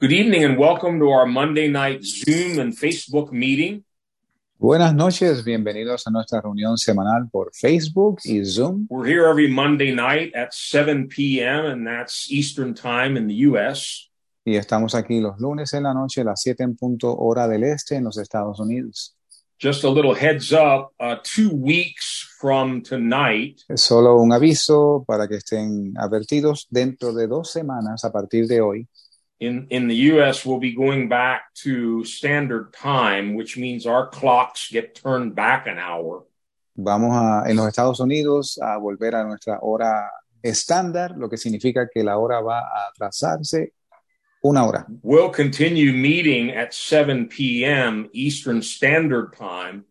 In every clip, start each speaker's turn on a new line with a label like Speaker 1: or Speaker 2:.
Speaker 1: Good evening and welcome to our Monday night Zoom and Facebook meeting.
Speaker 2: Buenas noches, bienvenidos a nuestra reunión semanal por Facebook y Zoom.
Speaker 1: We're here every Monday night at 7 p.m., and that's Eastern Time in the U.S.
Speaker 2: Y estamos aquí los lunes en la noche, las 7 en punto hora del este en los Estados Unidos.
Speaker 1: Just a little heads up uh, two weeks from tonight,
Speaker 2: Es solo un aviso para que estén advertidos. Dentro de dos semanas, a partir de hoy,
Speaker 1: in, in the U.S., we'll be going back to standard time, which means our clocks get turned back an hour.
Speaker 2: vamos a, en los Estados Unidos a volver a nuestra hora estándar, lo que significa que la hora va a atrasarse una hora.
Speaker 1: We'll continue meeting at 7 p.m. Eastern Standard Time.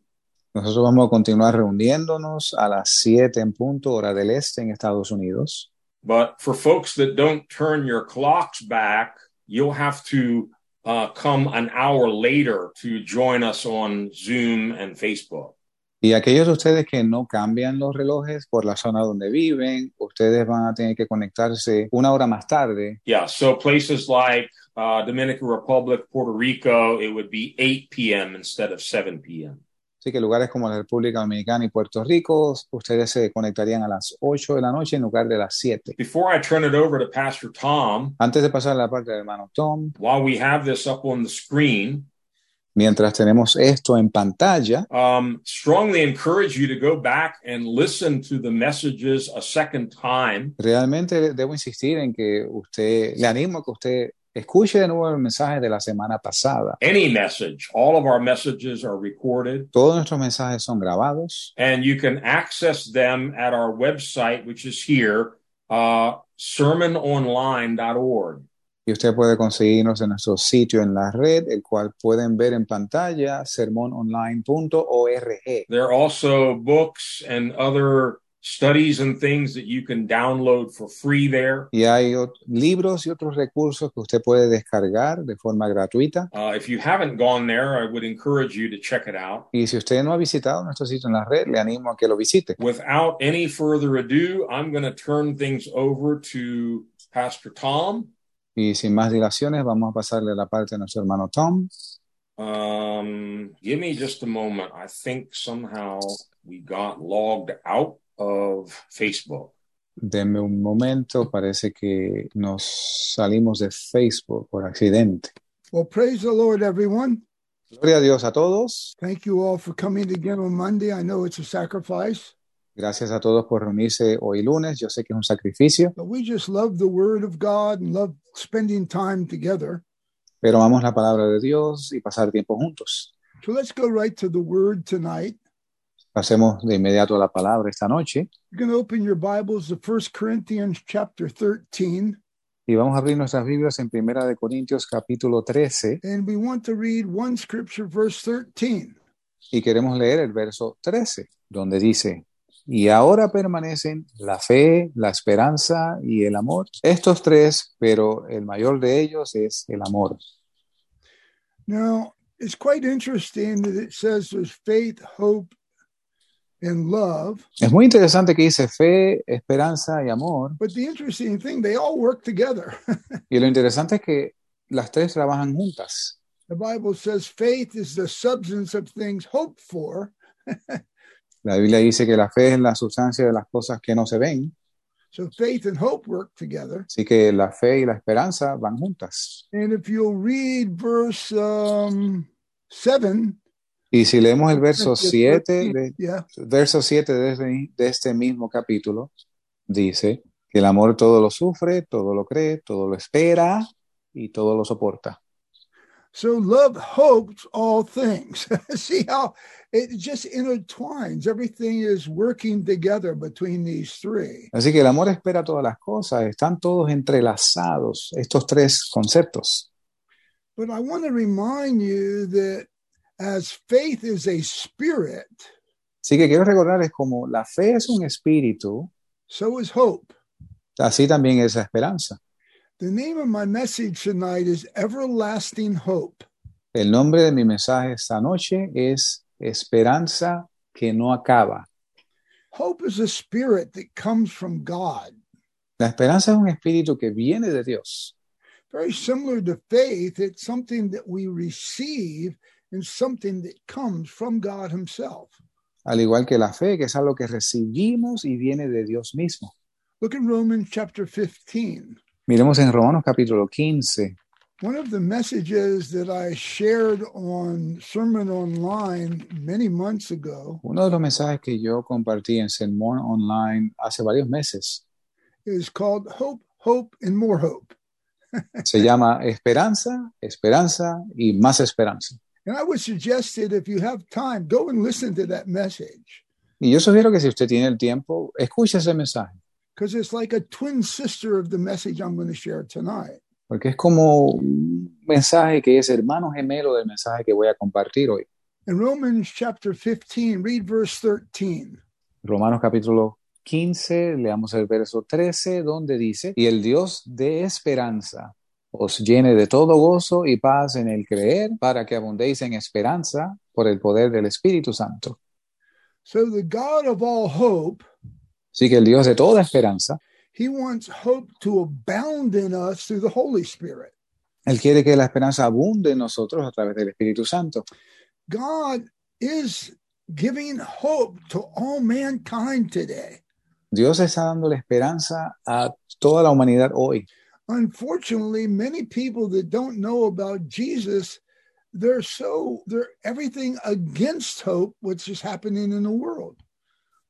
Speaker 2: Nosotros vamos a continuar reuniéndonos a las 7 en punto hora del este en Estados Unidos.
Speaker 1: But for folks that don't turn your clocks back, you'll have to uh, come an hour later to join us on Zoom and Facebook.
Speaker 2: Y aquellos de ustedes que no cambian los relojes por la zona donde viven, ustedes van a tener que conectarse una hora más tarde.
Speaker 1: Yeah, so places like uh, Dominican Republic, Puerto Rico, it would be 8 p.m. instead of 7 p.m.
Speaker 2: Así que lugares como la República Dominicana y Puerto Rico, ustedes se conectarían a las 8 de la noche en lugar de las 7.
Speaker 1: Before I turn it over to Pastor Tom,
Speaker 2: Antes de pasar a la parte del hermano Tom,
Speaker 1: while we have this up on the screen,
Speaker 2: mientras tenemos esto en pantalla,
Speaker 1: um, strongly encourage you to go back and listen to the messages a second time.
Speaker 2: realmente debo insistir en que usted, le animo a que usted escuche de nuevo el mensaje de la semana pasada.
Speaker 1: Any message, all of our messages are recorded.
Speaker 2: Todos nuestros mensajes son grabados.
Speaker 1: and you can access them at our website, which is here, uh, sermononline.org.
Speaker 2: Y usted puede conseguirnos en nuestro sitio en la red, el cual pueden ver en pantalla, sermononline.org.
Speaker 1: There are also books and other studies and things that you can download for free there.
Speaker 2: Y hay ot- libros y otros recursos que usted puede descargar de forma gratuita.
Speaker 1: Uh, if you haven't gone there, I would encourage you to check it out.
Speaker 2: Y si usted no ha visitado nuestro sitio en la red, le animo a que lo visite.
Speaker 1: Without any further ado, I'm going to turn things over to Pastor Tom.
Speaker 2: Y sin más dilaciones, vamos a pasarle la parte a nuestro hermano Tom.
Speaker 1: Um, give me just a moment. I think somehow we got logged out of Facebook.
Speaker 2: Denme un momento, parece que nos salimos de Facebook por accidente.
Speaker 3: Well, praise the Lord, everyone.
Speaker 2: Gloria a Dios a todos.
Speaker 3: Thank you all for coming again on Monday. I know it's a sacrifice,
Speaker 2: Gracias a todos por reunirse hoy lunes. Yo sé que es un sacrificio.
Speaker 3: but we just love the Word of God and love spending time together.
Speaker 2: pero amamos la palabra de Dios y pasar tiempo juntos.
Speaker 3: So let's go right to the Word tonight.
Speaker 2: Pasemos de inmediato a la palabra esta noche
Speaker 3: You're going to open your Bibles to 1 Corinthians chapter 13,
Speaker 2: y vamos a abrir nuestras Biblias en Primera de Corintios capítulo 13
Speaker 3: and we want to read one scripture, verse 13.
Speaker 2: y queremos leer el verso 13, donde dice, y ahora permanecen la fe, la esperanza y el amor, estos tres, pero el mayor de ellos es el amor.
Speaker 3: Now, it's quite interesting that it says there's faith, hope, and love.
Speaker 2: Es muy interesante que dice fe, esperanza y amor,
Speaker 3: But the interesting thing, they all work together.
Speaker 2: y lo interesante es que las tres trabajan juntas.
Speaker 3: The Bible says faith is the substance of things hoped for.
Speaker 2: La Biblia dice que la fe es la sustancia de las cosas que no se ven.
Speaker 3: So faith and hope work together.
Speaker 2: Así que la fe y la esperanza van juntas.
Speaker 3: And if you'll read verse um, 7,
Speaker 2: Y si leemos el verso 7 de,
Speaker 3: yeah,
Speaker 2: verso 7 de, este- de este mismo capítulo, dice que el amor todo lo sufre, todo lo cree, todo lo espera y todo lo soporta.
Speaker 3: so love hopes all things. See how it just intertwines. Everything is working together between these three.
Speaker 2: Así que el amor espera todas las cosas, están todos entrelazados estos tres conceptos.
Speaker 3: But I want to remind you that as faith is a spirit,
Speaker 2: Así que quiero recordarles como la fe es un espíritu,
Speaker 3: so is hope.
Speaker 2: así también es la esperanza.
Speaker 3: The name of my message tonight is Everlasting Hope.
Speaker 2: El nombre de mi mensaje esta noche es Esperanza que no acaba.
Speaker 3: Hope is a spirit that comes from God.
Speaker 2: La esperanza es un espíritu que viene de Dios.
Speaker 3: very similar to faith. It's something that we receive and something that comes from God Himself.
Speaker 2: Al igual que la fe, que es algo que recibimos y viene de Dios mismo.
Speaker 3: Look in Romans chapter 15.
Speaker 2: Miremos en Romanos capítulo 15.
Speaker 3: One of the messages that I shared on Sermon Online many months ago
Speaker 2: Uno de los mensajes que yo compartí en Sermón Online hace varios meses
Speaker 3: is called Hope, Hope, and More Hope.
Speaker 2: se llama Esperanza, Esperanza y más Esperanza.
Speaker 3: And I would suggest that if you have time, go and listen to that message
Speaker 2: Y yo sugiero que si usted tiene el tiempo, escuche ese mensaje,
Speaker 3: because it's like a twin sister of the message I'm going to share tonight.
Speaker 2: porque es como un mensaje que es hermano gemelo del mensaje que voy a compartir hoy.
Speaker 3: In Romans chapter 15, read verse 13.
Speaker 2: Romanos capítulo 15, leamos el verso 13, donde dice, y el Dios de esperanza os llene de todo gozo y paz en el creer, para que abundéis en esperanza por el poder del Espíritu Santo.
Speaker 3: So, the God of all hope,
Speaker 2: Así que el Dios de toda esperanza,
Speaker 3: He wants hope to abound in us through the Holy Spirit.
Speaker 2: Él quiere que la esperanza abunde en nosotros a través del Espíritu Santo.
Speaker 3: God is giving hope to all mankind today.
Speaker 2: Dios está dando la esperanza a toda la humanidad hoy.
Speaker 3: Unfortunately, many people that don't know about Jesus, they're so, they're everything against hope, which is happening in the world.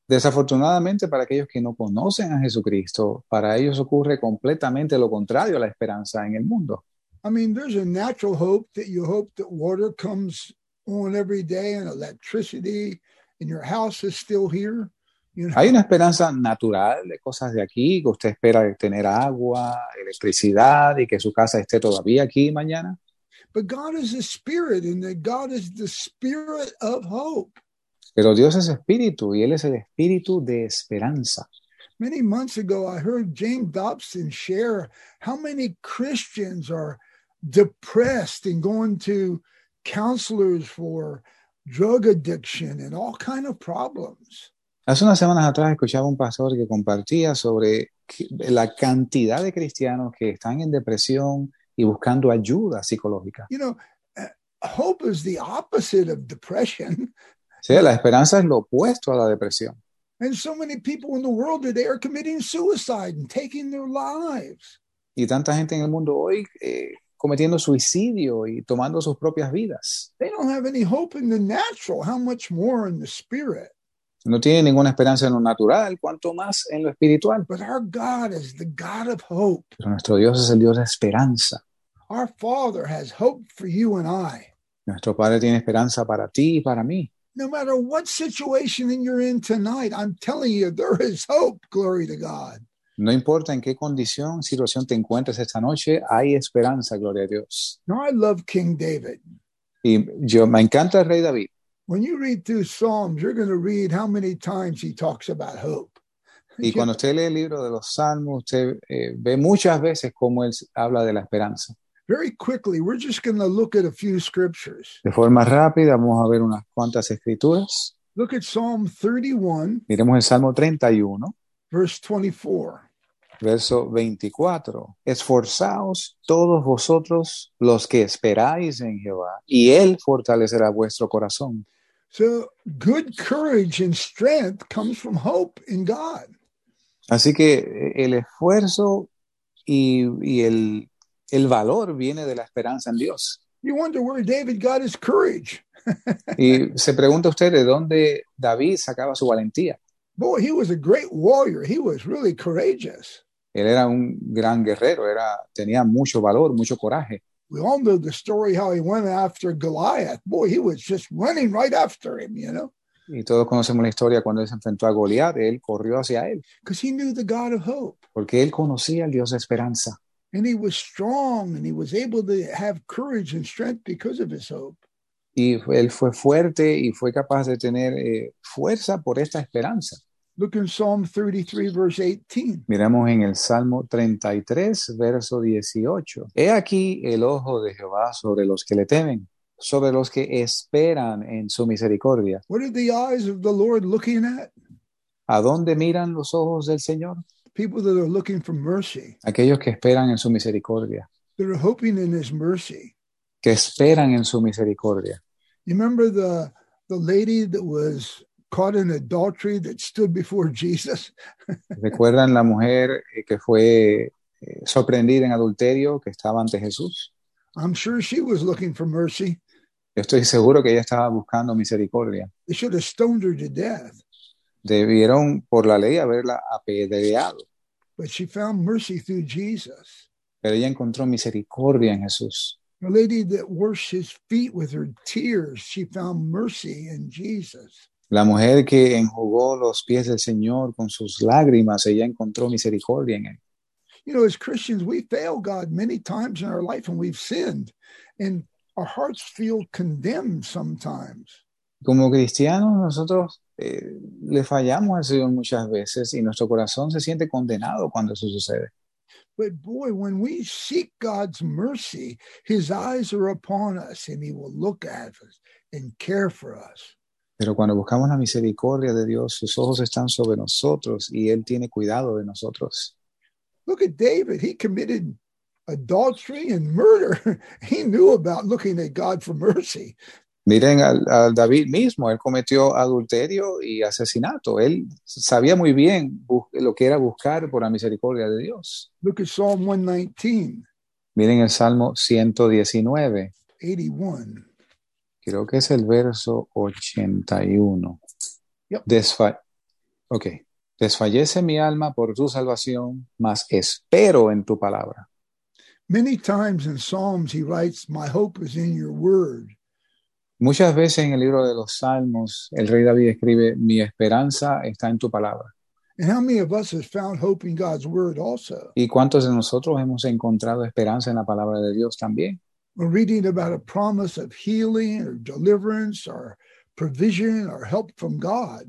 Speaker 2: Desafortunadamente, para aquellos que no conocen a Jesucristo, para ellos ocurre completamente lo contrario a la esperanza en el mundo.
Speaker 3: I mean, there's a natural hope that you hope that water comes on every day and electricity and your house is still here. You know,
Speaker 2: Hay una esperanza natural de cosas de aquí, que usted espera tener agua, electricidad y que su casa esté todavía aquí mañana.
Speaker 3: but God is a spirit and that God is the spirit of hope.
Speaker 2: Pero Dios es espíritu y Él es el espíritu de esperanza.
Speaker 3: Many months ago, I heard James Dobson share how many Christians are depressed and going to counselors for drug addiction and all kind of problems.
Speaker 2: Hace unas semanas atrás escuchaba un pastor que compartía sobre que- la cantidad de cristianos que están en depresión y buscando ayuda psicológica.
Speaker 3: You know, uh, hope is the opposite of depression.
Speaker 2: O sea, la esperanza es lo opuesto a la depresión.
Speaker 3: And so many people in the world today are committing suicide and taking their lives.
Speaker 2: y tanta gente en el mundo hoy eh, cometiendo suicidio y tomando sus propias vidas.
Speaker 3: They don't have any hope in the natural, how much more in the spirit.
Speaker 2: No tienen ninguna esperanza en lo natural, cuanto más en lo espiritual.
Speaker 3: But our God is the God of hope.
Speaker 2: Pero nuestro Dios es el Dios de esperanza.
Speaker 3: Our Father has hope for you and I.
Speaker 2: Nuestro Padre tiene esperanza para ti y para mí.
Speaker 3: No matter what situation that you're in tonight, I'm telling you, there is hope. Glory to God.
Speaker 2: No importa en qué condición, situación te encuentres esta noche, hay esperanza, gloria a Dios.
Speaker 3: Now, I love King David.
Speaker 2: Y yo me encanta el rey David.
Speaker 3: When you read through Psalms, you're going to read how many times he talks about hope.
Speaker 2: Y cuando usted lee el libro de los Salmos, usted eh, ve muchas veces cómo él habla de la esperanza.
Speaker 3: Very quickly, we're just going to look at a few scriptures.
Speaker 2: De forma rápida, vamos a ver unas cuantas escrituras.
Speaker 3: Look at Psalm 31,
Speaker 2: Miremos el Salmo 31,
Speaker 3: verse 24.
Speaker 2: verso 24. Esforzaos todos vosotros los que esperáis en Jehová, y Él fortalecerá vuestro corazón.
Speaker 3: So, good courage and strength comes from hope in God.
Speaker 2: Así que eh, el esfuerzo y, y el, el valor viene de la esperanza en Dios.
Speaker 3: You wonder where David got his courage.
Speaker 2: Y se pregunta usted de dónde David sacaba su valentía.
Speaker 3: Boy, he was a great warrior. He was really courageous.
Speaker 2: Él era un gran guerrero, era, tenía mucho valor, mucho coraje.
Speaker 3: we all know the story how he went after Goliath. Boy, he was just running right after him, you know,
Speaker 2: Y todos conocemos la historia cuando él se enfrentó a Goliat, él corrió hacia él,
Speaker 3: because he knew the God of hope
Speaker 2: porque él conocía al Dios de esperanza.
Speaker 3: and he was strong and he was able to have courage and strength because of his hope.
Speaker 2: Y él fue fuerte y fue capaz de tener eh, fuerza por esta esperanza.
Speaker 3: Look in Psalm 33, verse 18.
Speaker 2: Miramos en el Salmo 33, verso 18. He aquí el ojo de Jehová sobre los que le temen, sobre los que esperan en su misericordia.
Speaker 3: What are the eyes of the Lord looking at?
Speaker 2: ¿A dónde miran los ojos del Señor?
Speaker 3: People that are looking for mercy.
Speaker 2: Aquellos que esperan en su misericordia.
Speaker 3: that are hoping in his mercy.
Speaker 2: que esperan en su misericordia.
Speaker 3: You remember the the lady that was caught in adultery that stood before Jesus?
Speaker 2: ¿Recuerdan la mujer eh, que fue eh, sorprendida en adulterio que estaba ante Jesús?
Speaker 3: I'm sure she was looking for mercy.
Speaker 2: Yo estoy seguro que ella estaba buscando misericordia.
Speaker 3: They should have stoned her to death,
Speaker 2: Debieron, por la ley, haberla apedreado,
Speaker 3: but she found mercy through Jesus.
Speaker 2: pero ella encontró misericordia en Jesús.
Speaker 3: The lady that washed his feet with her tears, she found mercy in Jesus.
Speaker 2: La mujer que enjugó los pies del Señor con sus lágrimas, ella encontró misericordia en él.
Speaker 3: You know, as Christians, we fail God many times in our life and we've sinned, and our hearts feel condemned sometimes.
Speaker 2: Como cristianos, nosotros eh, le fallamos al Señor muchas veces y nuestro corazón se siente condenado cuando eso sucede.
Speaker 3: But boy, when we seek God's mercy, his eyes are upon us and he will look at us and care for us.
Speaker 2: Pero cuando buscamos la misericordia de Dios, sus ojos están sobre nosotros y Él tiene cuidado de nosotros.
Speaker 3: Look at David. He committed adultery and murder. he knew about looking at God for mercy.
Speaker 2: Miren al, al David mismo, él cometió adulterio y asesinato. Él sabía muy bien bu- lo que era buscar por la misericordia de Dios.
Speaker 3: Look at Psalm 119,
Speaker 2: Miren el Salmo 119,
Speaker 3: 81.
Speaker 2: creo que es el verso 81.
Speaker 3: Yep.
Speaker 2: Desfa- ok. Desfallece mi alma por tu salvación, mas espero en tu palabra.
Speaker 3: Many times in Psalms, he writes, My hope is in your word.
Speaker 2: Muchas veces en el libro de los Salmos, el rey David escribe, mi esperanza está en tu palabra.
Speaker 3: And how many of us has found hope in God's word also?
Speaker 2: ¿Y cuántos de nosotros hemos encontrado esperanza en la palabra de Dios también?
Speaker 3: We're reading about a promise of healing or deliverance or provision or help from God.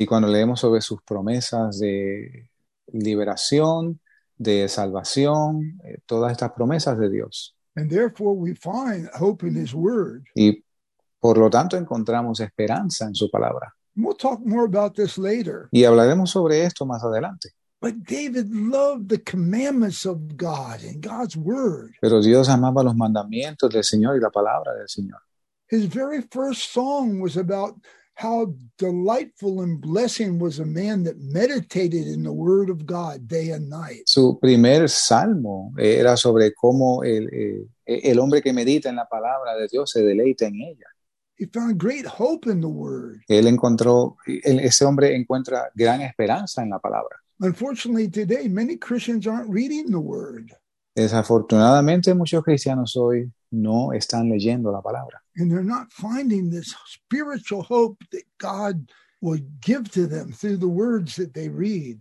Speaker 2: Y cuando leemos sobre sus promesas de liberación, de salvación, eh, todas estas promesas de Dios.
Speaker 3: And therefore, we find hope in his word.
Speaker 2: Y por lo tanto encontramos esperanza en su palabra.
Speaker 3: And we'll talk more about this later.
Speaker 2: Y hablaremos sobre esto más adelante.
Speaker 3: But David loved the commandments of God and God's word.
Speaker 2: Pero Dios amaba los mandamientos del Señor y la palabra del Señor.
Speaker 3: His very first song was about how delightful and blessing was a man that meditated in the word of God day and night.
Speaker 2: su primer salmo eh, era sobre cómo el, eh, el hombre que medita en la palabra de Dios se deleita en ella.
Speaker 3: He found great hope in the word.
Speaker 2: Él encontró, él- ese hombre encuentra gran esperanza en la palabra.
Speaker 3: Unfortunately, today, many Christians aren't reading the word
Speaker 2: Desafortunadamente, muchos cristianos hoy no están leyendo la palabra
Speaker 3: and they're not finding this spiritual hope that God will give to them through the words that they read.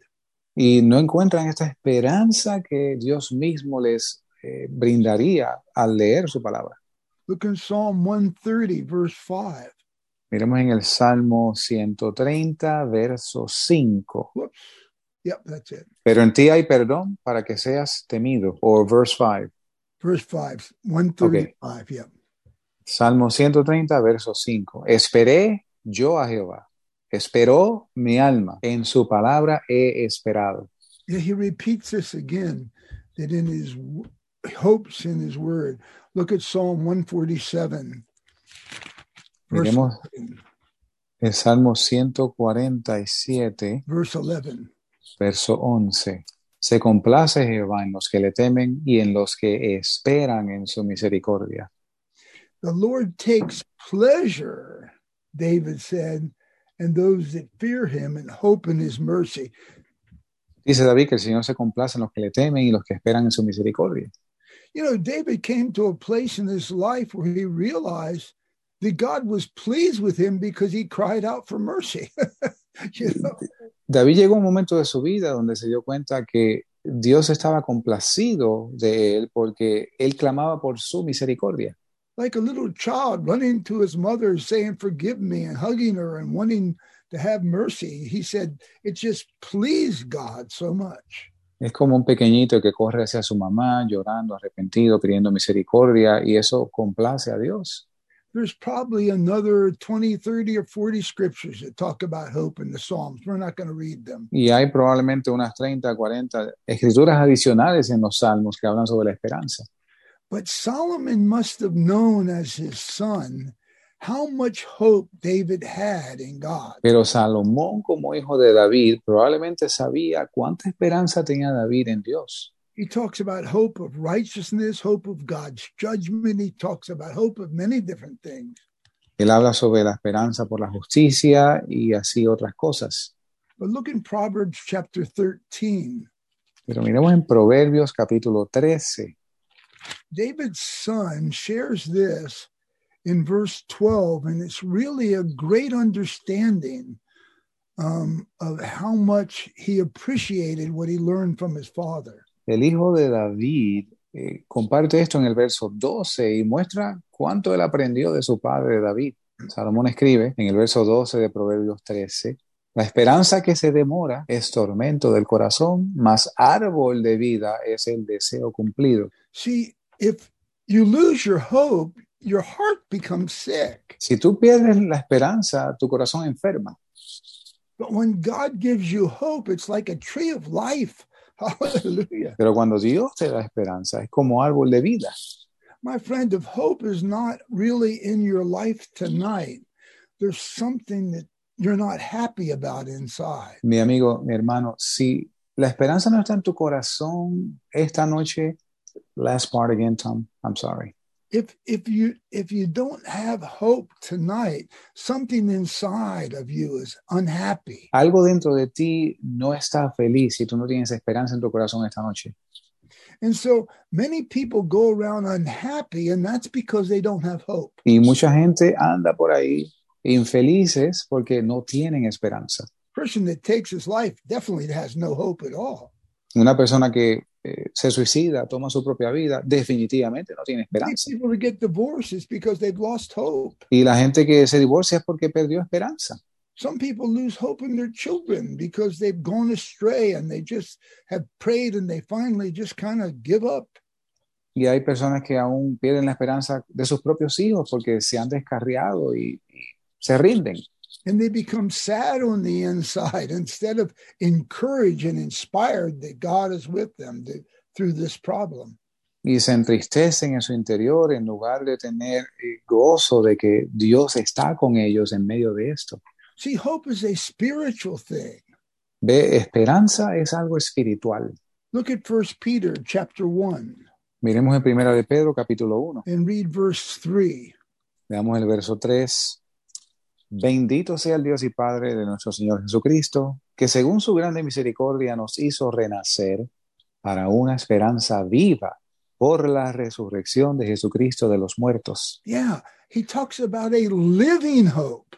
Speaker 2: y no encuentran esta esperanza que Dios mismo les eh, brindaría al leer su palabra.
Speaker 3: Look in Psalm 130, verse 5.
Speaker 2: Miremos en el Salmo 130, verso 5.
Speaker 3: Whoops. Yep, that's it.
Speaker 2: Pero en ti hay perdón para que seas temido. O verse 5.
Speaker 3: Verse 5, 135. Yep.
Speaker 2: Salmo 130, verso 5. Esperé yo a Jehová. Esperó mi alma. En su palabra he esperado.
Speaker 3: Yeah, he repeats this again that in his w- hopes in his word. Look at Psalm 147. Verse,
Speaker 2: Miremos el Salmo 147,
Speaker 3: verse 11.
Speaker 2: verso 11. Se complace Jehová en los que le temen y en los que esperan en su misericordia.
Speaker 3: The Lord takes pleasure, David said, and those that fear him and hope in his mercy.
Speaker 2: Dice David que el Señor se complace en los que le temen y los que esperan en su misericordia.
Speaker 3: You know, David came to a place in his life where he realized that God was pleased with him because he cried out for mercy. you know?
Speaker 2: David llegó a un momento de su vida donde se dio cuenta que Dios estaba complacido de él porque él clamaba por su misericordia.
Speaker 3: like a little child running to his mother saying forgive me and hugging her and wanting to have mercy he said it just pleased god so much
Speaker 2: Es como un pequeñito que corre hacia su mamá llorando, arrepentido, pidiendo misericordia y eso complace a Dios.
Speaker 3: there's probably another 20 30 or 40 scriptures that talk about hope in the psalms we're not going to read them
Speaker 2: Y hay probablemente unas 30, 40 escrituras adicionales en los salmos que hablan sobre la esperanza.
Speaker 3: But Solomon must have known as his son how much hope David had in God.
Speaker 2: Pero Salomón como hijo de David probablemente sabía cuánta esperanza tenía David en Dios.
Speaker 3: He talks about hope of righteousness, hope of God's judgment. He talks about hope of many different things.
Speaker 2: Él habla sobre la esperanza por la justicia y así otras cosas.
Speaker 3: But look in Proverbs chapter 13.
Speaker 2: Pero miremos en Proverbios capítulo 13.
Speaker 3: David's son shares this in verse 12, and it's really a great understanding um, of how much he appreciated what he learned from his father.
Speaker 2: El hijo de David eh, comparte esto en el verso 12 y muestra cuánto él aprendió de su padre David. Salomón escribe en el verso 12 de Proverbios 13, la esperanza que se demora es tormento del corazón, mas árbol de vida es el deseo cumplido.
Speaker 3: See, if you lose your hope, your heart becomes sick.
Speaker 2: Si tú pierdes la esperanza, tu corazón enferma.
Speaker 3: But when God gives you hope, it's like a tree of life. Hallelujah.
Speaker 2: Pero cuando Dios te da esperanza, es como árbol de vida.
Speaker 3: My friend, if hope is not really in your life tonight, there's something that you're not happy about inside.
Speaker 2: Mi amigo, mi hermano, si la esperanza no está en tu corazón esta noche, last part again, Tom, I'm sorry.
Speaker 3: If if you if you don't have hope tonight, something inside of you is unhappy.
Speaker 2: Algo dentro de ti no está feliz si tú no tienes esperanza en tu corazón esta noche.
Speaker 3: And so many people go around unhappy and that's because they don't have hope.
Speaker 2: Y mucha gente anda por ahí infelices porque no tienen esperanza.
Speaker 3: person that takes his life definitely has no hope at all.
Speaker 2: Una persona que eh, se suicida, toma su propia vida, definitivamente no tiene
Speaker 3: Many
Speaker 2: esperanza.
Speaker 3: people that get divorced is because they've lost hope.
Speaker 2: Y la gente que se divorcia es porque perdió esperanza.
Speaker 3: Some people lose hope in their children because they've gone astray and they just have prayed and they finally just kind of give up.
Speaker 2: Y hay personas que aún pierden la esperanza de sus propios hijos porque se han descarriado y, y se rinden.
Speaker 3: and they become sad on the inside instead of encouraged and inspired that God is with them th- through this problem.
Speaker 2: Y se entristecen en su interior en lugar de tener eh, gozo de que Dios está con ellos en medio de esto.
Speaker 3: See, hope is a spiritual thing.
Speaker 2: Ve, esperanza es algo espiritual.
Speaker 3: Look at First Peter chapter 1
Speaker 2: Miremos en Primera de Pedro capítulo 1.
Speaker 3: and read verse 3.
Speaker 2: Veamos el verso 3. Bendito sea el Dios y Padre de nuestro Señor Jesucristo, que según su grande misericordia nos hizo renacer para una esperanza viva por la resurrección de Jesucristo de los muertos.
Speaker 3: Yeah, he talks about a living hope,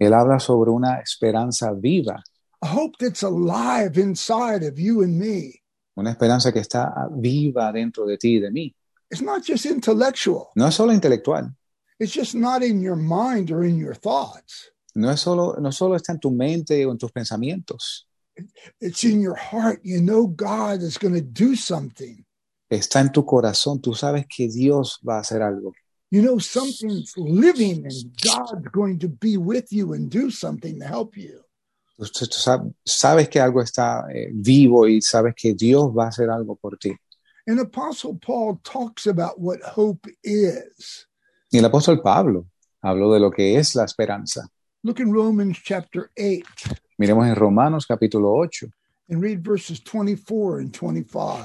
Speaker 2: Él habla sobre una esperanza viva,
Speaker 3: a hope that's alive inside of you and me.
Speaker 2: una esperanza que está viva dentro de ti y de mí.
Speaker 3: It's not just intellectual,
Speaker 2: No es solo intelectual,
Speaker 3: it's just not in your mind or in your thoughts,
Speaker 2: no, es solo, no solo está en tu mente o en tus pensamientos,
Speaker 3: it's in your heart. You know, God is going to do something.
Speaker 2: está en tu corazón. Tú sabes que Dios va a hacer algo.
Speaker 3: You know, something's living and God's going to be with you and do something to help you.
Speaker 2: Tú, tú- tú sab- sabes que algo está eh, vivo y sabes que Dios va a hacer algo por ti.
Speaker 3: And Apostle Paul talks about what hope is.
Speaker 2: Y el apóstol Pablo habló de lo que es la esperanza.
Speaker 3: Look in Romans chapter 8
Speaker 2: Miremos en Romanos capítulo 8
Speaker 3: and read verses 24 and 25.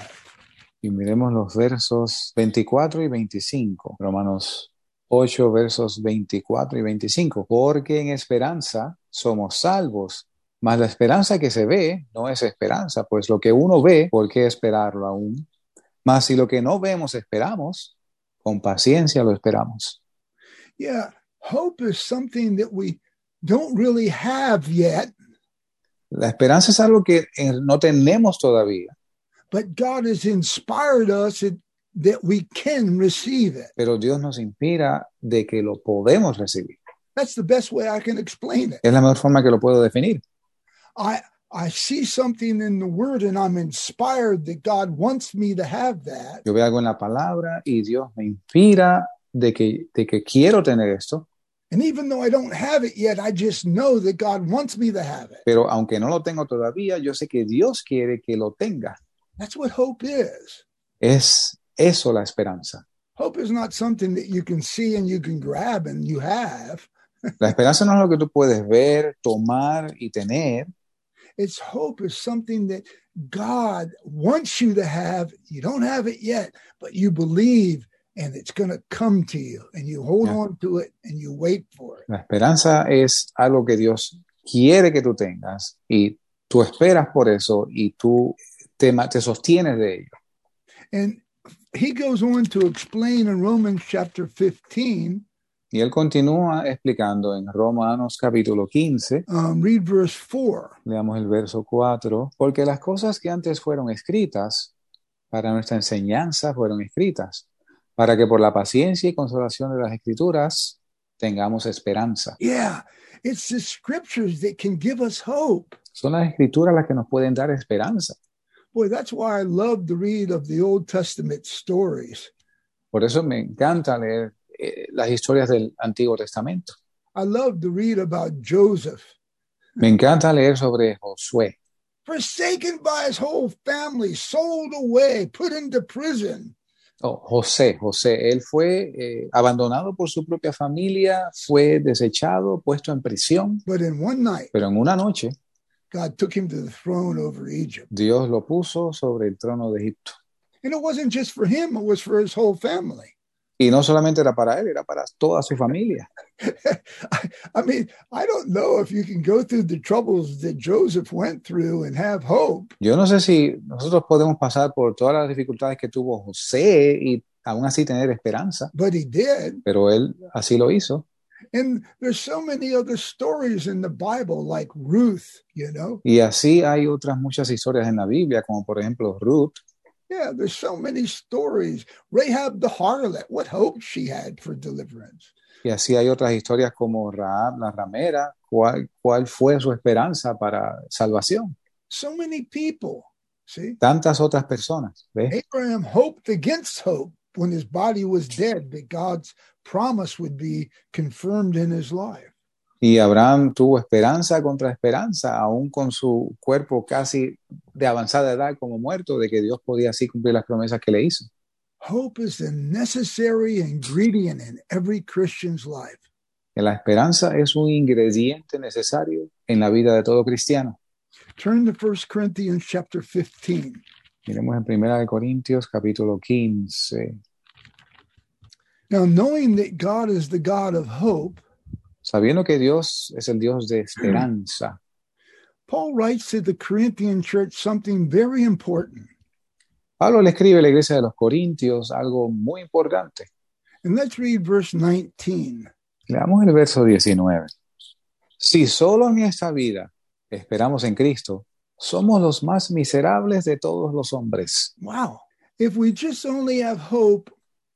Speaker 2: y miremos los versos 24 y 25. Romanos 8 versos 24 y 25. Porque en esperanza somos salvos, mas la esperanza que se ve no es esperanza, pues lo que uno ve, ¿por qué esperarlo aún? Mas si lo que no vemos esperamos, con paciencia lo esperamos.
Speaker 3: Yeah, hope is something that we don't really have yet,
Speaker 2: La esperanza es algo que eh, no tenemos todavía,
Speaker 3: but God has inspired us that, that we can receive it.
Speaker 2: pero Dios nos inspira de que lo podemos recibir.
Speaker 3: That's the best way I can explain it.
Speaker 2: Es la mejor forma que lo puedo definir.
Speaker 3: I I see something in the word and I'm inspired that God wants me to have that.
Speaker 2: Yo veo algo en la palabra y Dios me inspira de que, de que quiero tener esto,
Speaker 3: And even though I don't have it yet, I just know that God wants me to have it.
Speaker 2: pero aunque no lo tengo todavía, yo sé que Dios quiere que lo tenga.
Speaker 3: That's what hope is.
Speaker 2: Es eso la esperanza.
Speaker 3: Hope is not something that you can see and you can grab and you have.
Speaker 2: La esperanza no es lo que tú puedes ver, tomar y tener.
Speaker 3: It's hope is something that God wants you to have. You don't have it yet, but you believe and it's going to come to you and you hold
Speaker 2: Yeah.
Speaker 3: on to it and you wait for it.
Speaker 2: La esperanza es algo que Dios quiere que tú tengas y tú esperas por eso y tú te, ma- te sostienes de ello.
Speaker 3: And he goes on to explain in Romans chapter 15,
Speaker 2: Y él continúa explicando en Romanos capítulo 15,
Speaker 3: um, read verse 4.
Speaker 2: leamos el verso 4, porque las cosas que antes fueron escritas para nuestra enseñanza fueron escritas, para que por la paciencia y consolación de las escrituras tengamos esperanza.
Speaker 3: Yeah, it's the scriptures that can give us hope.
Speaker 2: Son las escrituras las que nos pueden dar esperanza.
Speaker 3: Boy, that's why I love to read of the Old Testament stories.
Speaker 2: Por eso me encanta leer eh, las historias del Antiguo Testamento.
Speaker 3: I love to read about Joseph,
Speaker 2: Me encanta leer sobre Josué,
Speaker 3: forsaken by his whole family, sold away, put into prison.
Speaker 2: Oh, José, José, él fue eh, abandonado por su propia familia, fue desechado, puesto en prisión,
Speaker 3: But in one night,
Speaker 2: pero en una noche
Speaker 3: God took him to the throne over Egypt.
Speaker 2: Dios lo puso sobre el trono de Egipto.
Speaker 3: And it wasn't just for him, it was for his whole family.
Speaker 2: Y no solamente era para él, era para toda su familia.
Speaker 3: I, I mean, I don't know if you can go through the troubles that Joseph went through and have hope.
Speaker 2: Yo no sé si nosotros podemos pasar por todas las dificultades que tuvo José y aún así tener esperanza,
Speaker 3: But he did.
Speaker 2: pero él así lo hizo.
Speaker 3: And there's so many other stories in the Bible, like Ruth, you know?
Speaker 2: Y así hay otras muchas historias en la Biblia, como por ejemplo Ruth,
Speaker 3: Yeah, there's so many stories. Rahab the harlot, what hope she had for deliverance.
Speaker 2: Y así hay otras historias como Raab, la ramera, cuál, cuál fue su esperanza para salvación.
Speaker 3: So many people, see?
Speaker 2: Tantas otras personas, ¿ves?
Speaker 3: Abraham hoped against hope when his body was dead that God's promise would be confirmed in his life.
Speaker 2: Y Abraham tuvo esperanza contra esperanza, aún con su cuerpo casi de avanzada edad como muerto, de que Dios podía así cumplir las promesas que le hizo.
Speaker 3: Hope is the necessary ingredient in every Christian's life.
Speaker 2: Que La esperanza es un ingrediente necesario en la vida de todo cristiano.
Speaker 3: Turn to 1 Corinthians chapter 15.
Speaker 2: Miremos en 1 Corintios capítulo 15.
Speaker 3: Now, knowing that God is the God of hope,
Speaker 2: Sabiendo que Dios es el Dios de esperanza,
Speaker 3: Paul writes to the Corinthian church something very important.
Speaker 2: Pablo le escribe a la iglesia de los Corintios algo muy importante.
Speaker 3: And let's read verse 19.
Speaker 2: Leamos el verso 19. Si solo en esta vida esperamos en Cristo, somos los más miserables de todos los hombres.
Speaker 3: Wow. If we just only have hope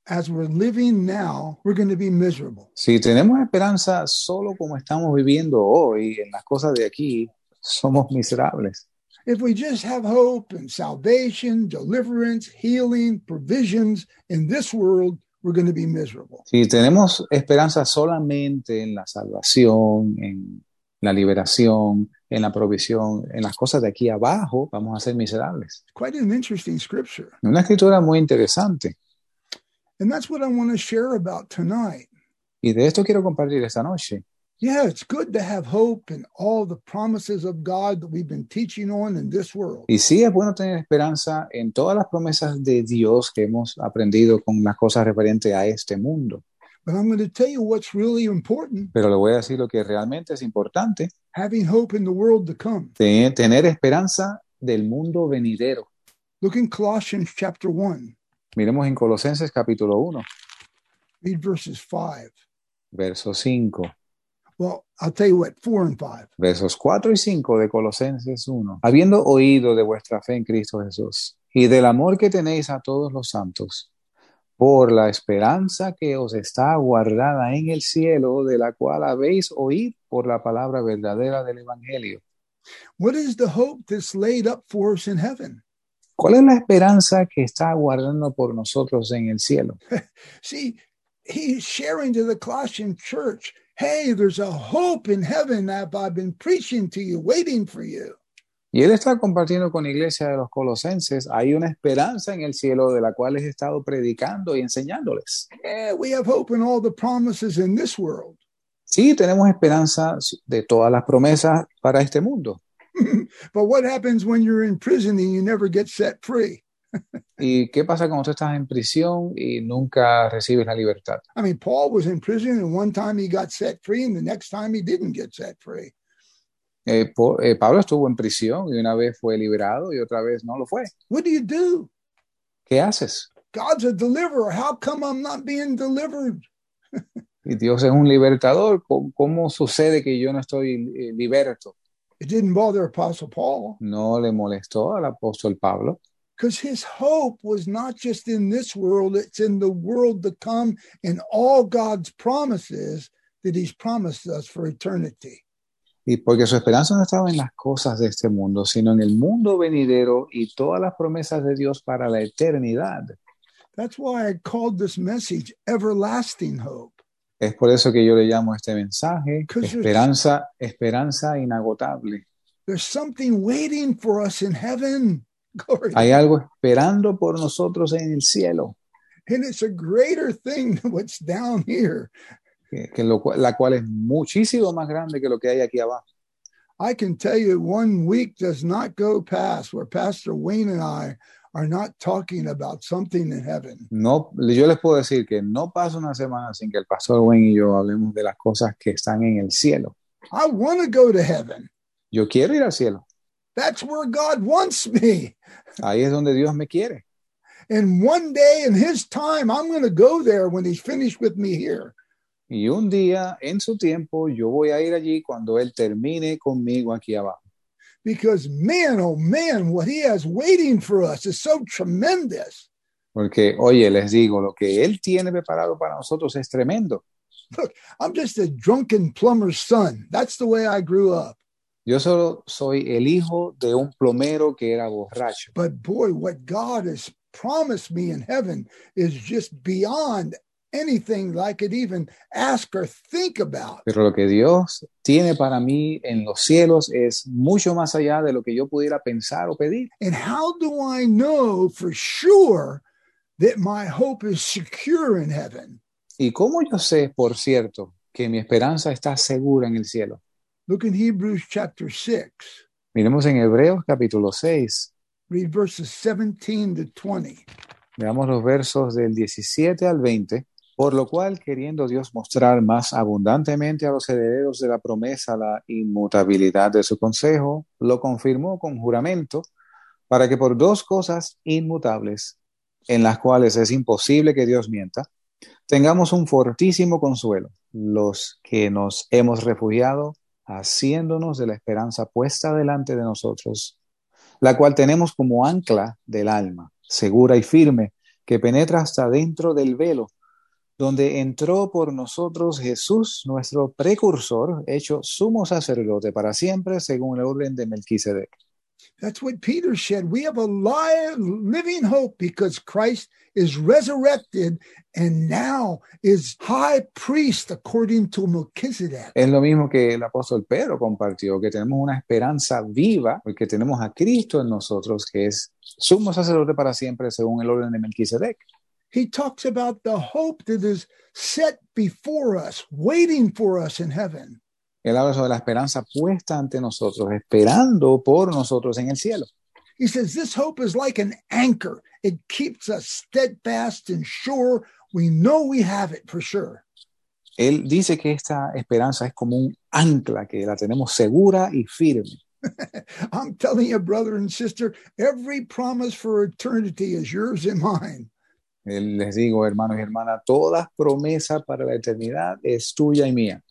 Speaker 3: as we're living now, we're going to be miserable.
Speaker 2: Si tenemos esperanza solo como estamos viviendo hoy en las cosas de aquí, somos miserables.
Speaker 3: If we just have hope and salvation, deliverance, healing, provisions in this world, we're going to be miserable.
Speaker 2: Si tenemos esperanza solamente en la salvación, en la liberación, en la provisión, en las cosas de aquí abajo, vamos a ser miserables.
Speaker 3: It's quite an interesting scripture.
Speaker 2: Una escritura muy interesante.
Speaker 3: And that's what I want to share about tonight.
Speaker 2: Y de esto quiero compartir esta noche.
Speaker 3: Yeah, it's good to have hope in all the promises of God that we've been teaching on in this world.
Speaker 2: Y sí es bueno tener esperanza en todas las promesas de Dios que hemos aprendido con las cosas referentes a este mundo.
Speaker 3: But I'm going to tell you what's really important
Speaker 2: Pero le voy a decir lo que realmente es importante,
Speaker 3: having hope in the world to come.
Speaker 2: te- tener esperanza del mundo venidero.
Speaker 3: Look in Colossians chapter 1,
Speaker 2: Miremos en Colosenses capítulo 1,
Speaker 3: read verses 5.
Speaker 2: verso 5,
Speaker 3: Well, I'll tell you what, 4 and 5.
Speaker 2: versos 4 y 5 de Colosenses 1. Habiendo oído de vuestra fe en Cristo Jesús y del amor que tenéis a todos los santos, por la esperanza que os está guardada en el cielo, de la cual habéis oído por la palabra verdadera del Evangelio.
Speaker 3: What is the hope that's laid up for us in heaven?
Speaker 2: ¿Cuál es la esperanza que está guardando por nosotros en el cielo?
Speaker 3: See, he's sharing to the Colossian church, hey, there's a hope in heaven that I've been preaching to you, waiting for you.
Speaker 2: Y él está compartiendo con la iglesia de los colosenses, hay una esperanza en el cielo de la cual he estado predicando y enseñándoles.
Speaker 3: Yeah, we have hope in all the promises in this world.
Speaker 2: Sí, tenemos esperanza de todas las promesas para este mundo.
Speaker 3: But what happens when you're in prison and you never get set free?
Speaker 2: ¿Y qué pasa cuando tú estás en prisión y nunca recibes la libertad?
Speaker 3: I mean, Paul was in prison and one time he got set free and the next time he didn't get set free.
Speaker 2: Eh, Po- eh, Pablo estuvo en prisión y una vez fue liberado y otra vez no lo fue.
Speaker 3: What do you do?
Speaker 2: ¿Qué haces?
Speaker 3: God's a deliverer. How come I'm not being delivered?
Speaker 2: Y Dios es un libertador. ¿Cómo, cómo sucede que yo no estoy eh, liberto?
Speaker 3: It didn't bother Apostle Paul
Speaker 2: No le molestó al apóstol Pablo,
Speaker 3: because his hope was not just in this world, it's in the world to come and all God's promises that he's promised us for eternity.
Speaker 2: y porque su esperanza no estaba en las cosas de este mundo, sino en el mundo venidero y todas las promesas de Dios para la eternidad.
Speaker 3: That's why I called this message everlasting hope.
Speaker 2: Es por eso que yo le llamo este mensaje
Speaker 3: Because there's-
Speaker 2: esperanza, esperanza inagotable.
Speaker 3: There's something waiting for us in heaven. Glory.
Speaker 2: Hay algo esperando por nosotros en el cielo.
Speaker 3: and it's a greater thing than what's down here.
Speaker 2: que, que lo cual- la cual es muchísimo más grande que lo que hay aquí abajo.
Speaker 3: I can tell you one week does not go past where Pastor Wayne and I are not talking about something in heaven.
Speaker 2: No, yo les puedo decir que no pasa una semana sin que el pastor Wayne y yo hablemos de las cosas que están en el cielo.
Speaker 3: I want to go to heaven.
Speaker 2: Yo quiero ir al cielo.
Speaker 3: That's where God wants me.
Speaker 2: Ahí es donde Dios me quiere.
Speaker 3: And one day in his time, I'm going to go there when he's finished with me here.
Speaker 2: Y un día, en su tiempo, yo voy a ir allí cuando Él termine conmigo aquí abajo.
Speaker 3: Because man, oh man, what he has waiting for us is so tremendous.
Speaker 2: Porque, oye, les digo, lo que Él tiene preparado para nosotros es tremendo.
Speaker 3: I'm just a drunken plumber's son. That's the way I grew up.
Speaker 2: Yo solo soy el hijo de un plomero que era borracho.
Speaker 3: But boy, what God has promised me in heaven is just beyond anything that I could even ask or think about.
Speaker 2: Pero lo que Dios tiene para mí en los cielos es mucho más allá de lo que yo pudiera pensar o pedir.
Speaker 3: And how do I know for sure that my hope is secure in heaven?
Speaker 2: ¿Y cómo yo sé, por cierto, que mi esperanza está segura en el cielo?
Speaker 3: Look in Hebrews chapter 6,
Speaker 2: Miremos en Hebreos capítulo 6,
Speaker 3: read verses 17 to 20.
Speaker 2: veamos los versos del 17 al 20. Por lo cual, queriendo Dios mostrar más abundantemente a los herederos de la promesa la inmutabilidad de su consejo, lo confirmó con juramento para que por dos cosas inmutables, en las cuales es imposible que Dios mienta, tengamos un fortísimo consuelo, los que nos hemos refugiado, haciéndonos de la esperanza puesta delante de nosotros, la cual tenemos como ancla del alma, segura y firme, que penetra hasta dentro del velo, donde entró por nosotros Jesús, nuestro precursor, hecho sumo sacerdote para siempre, según el orden de Melquisedec.
Speaker 3: That's what Peter said. We have a live, living hope because Christ is resurrected and now is high priest according to Melchizedek.
Speaker 2: Es lo mismo que el apóstol Pedro compartió, que tenemos una esperanza viva, porque tenemos a Cristo en nosotros, que es sumo sacerdote para siempre según el orden de Melquisedec.
Speaker 3: He talks about the hope that is set before us, waiting for us in heaven.
Speaker 2: Él habla sobre la esperanza puesta ante nosotros, esperando por nosotros en el cielo.
Speaker 3: He says this hope is like an anchor, it keeps us steadfast and sure. We know we have it for sure.
Speaker 2: Él dice que esta esperanza es como un ancla, que la tenemos segura y firme.
Speaker 3: I'm telling you, brother and sister, every promise for eternity is yours and mine.
Speaker 2: Él, les digo, hermanos y hermanas, toda promesa para la eternidad es tuya y mía.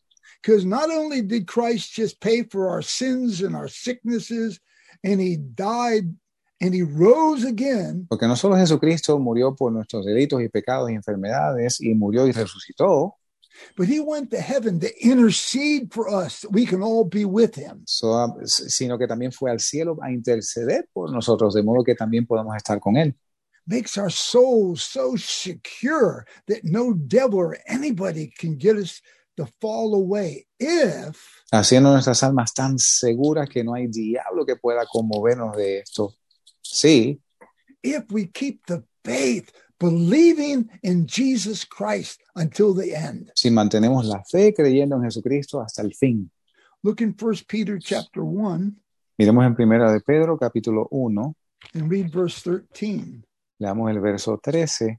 Speaker 3: Because not only did Christ just pay for our sins and our sicknesses, and he died and he rose again,
Speaker 2: Porque no solo Jesucristo murió por nuestros delitos y pecados y enfermedades y murió y resucitó,
Speaker 3: but he went to heaven to intercede for us that we can all be with him.
Speaker 2: So, sino que también fue al cielo a interceder por nosotros, de modo que también podamos estar con Él.
Speaker 3: Makes our souls so secure that no devil or anybody can get us to fall away if
Speaker 2: haciendo nuestras almas tan seguras que no hay diablo que pueda conmovernos de esto. Sí,
Speaker 3: if we keep the faith, believing in Jesus Christ until the end.
Speaker 2: si mantenemos la fe creyendo en Jesucristo hasta el fin.
Speaker 3: Look in First Peter chapter 1
Speaker 2: Miremos en Primera de Pedro, capítulo 1,
Speaker 3: and read verse 13.
Speaker 2: leamos el verso 13.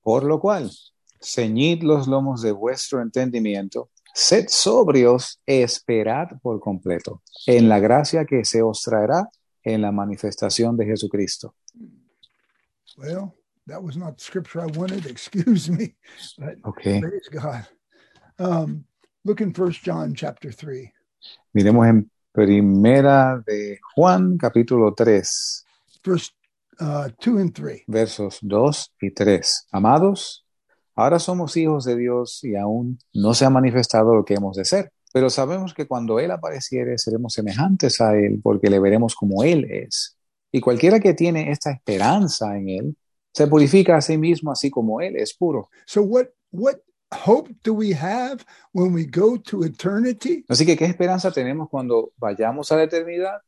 Speaker 2: Por lo cual, ceñid los lomos de vuestro entendimiento, sed sobrios, esperad por completo, en la gracia que se os traerá en la manifestación de Jesucristo.
Speaker 3: Well, that was not the scripture I wanted, excuse me, but
Speaker 2: Okay.
Speaker 3: praise God. Um, look in First John chapter 3.
Speaker 2: Miremos en Primera de Juan, capítulo 3,
Speaker 3: verse uh, 2 and 3.
Speaker 2: versos 2 y 3. Amados, ahora somos hijos de Dios y aún no se ha manifestado lo que hemos de ser, pero sabemos que cuando Él apareciere seremos semejantes a Él porque le veremos como Él es. Y cualquiera que tiene esta esperanza en Él, se purifica a sí mismo así como Él es puro.
Speaker 3: So what what hope do we have when we go to eternity?
Speaker 2: Así que, ¿qué esperanza tenemos cuando vayamos a la eternidad?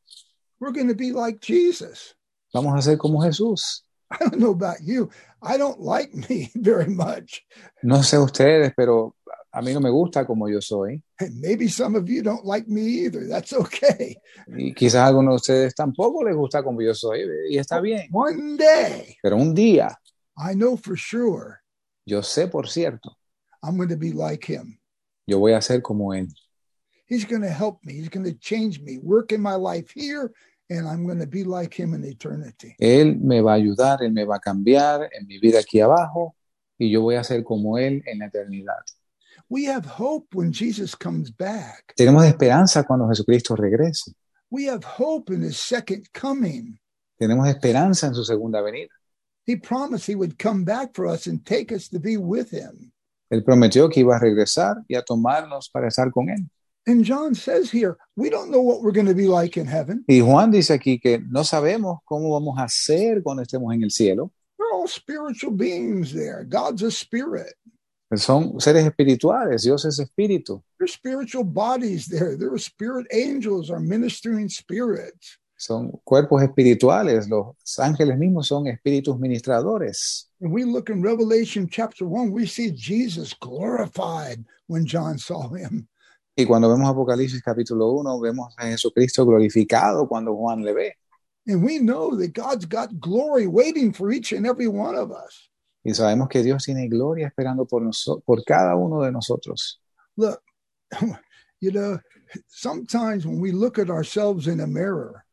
Speaker 3: We're going to be like Jesus.
Speaker 2: Vamos a ser como Jesús.
Speaker 3: I don't know about you. I don't like me very much.
Speaker 2: No sé ustedes, pero a mí no me gusta como yo soy.
Speaker 3: And maybe some of you don't like me either. That's okay.
Speaker 2: Y quizás a algunos de ustedes tampoco les gusta como yo soy, y está bien.
Speaker 3: One day,
Speaker 2: Pero un día,
Speaker 3: I know for sure
Speaker 2: yo sé por cierto,
Speaker 3: I'm going to be like him.
Speaker 2: yo voy a ser como Él.
Speaker 3: He's going to help me. He's going to change me, work in my life here, and I'm going to be like him in eternity.
Speaker 2: Él me va a ayudar, Él me va a cambiar en mi vida aquí abajo y yo voy a ser como Él en la eternidad.
Speaker 3: We have hope when Jesus comes back.
Speaker 2: Tenemos esperanza cuando Jesucristo regrese.
Speaker 3: We have hope in his second coming.
Speaker 2: Tenemos esperanza en su segunda venida.
Speaker 3: He promised he would come back for us and take us to be with him.
Speaker 2: Él prometió que iba a regresar y a tomarnos para estar con Él.
Speaker 3: And John says here, we don't know what we're going to be like in heaven.
Speaker 2: Y Juan dice aquí que no sabemos cómo vamos a ser cuando estemos en el cielo.
Speaker 3: We're all spiritual beings there. God's a spirit.
Speaker 2: Son seres espirituales, Dios es espíritu.
Speaker 3: There's spiritual bodies there. There are spirit angels, are ministering spirits.
Speaker 2: Son cuerpos espirituales, los ángeles mismos son espíritus ministradores.
Speaker 3: And we look in Revelation chapter 1, we see Jesus glorified when John saw him.
Speaker 2: Y cuando vemos Apocalipsis capítulo 1, vemos a Jesucristo glorificado cuando Juan le ve.
Speaker 3: And we know that God's got glory waiting for each and every one of us.
Speaker 2: Y sabemos que Dios tiene gloria esperando por, noso- por cada uno de nosotros.
Speaker 3: look, you know, sometimes when we look at ourselves in a mirror,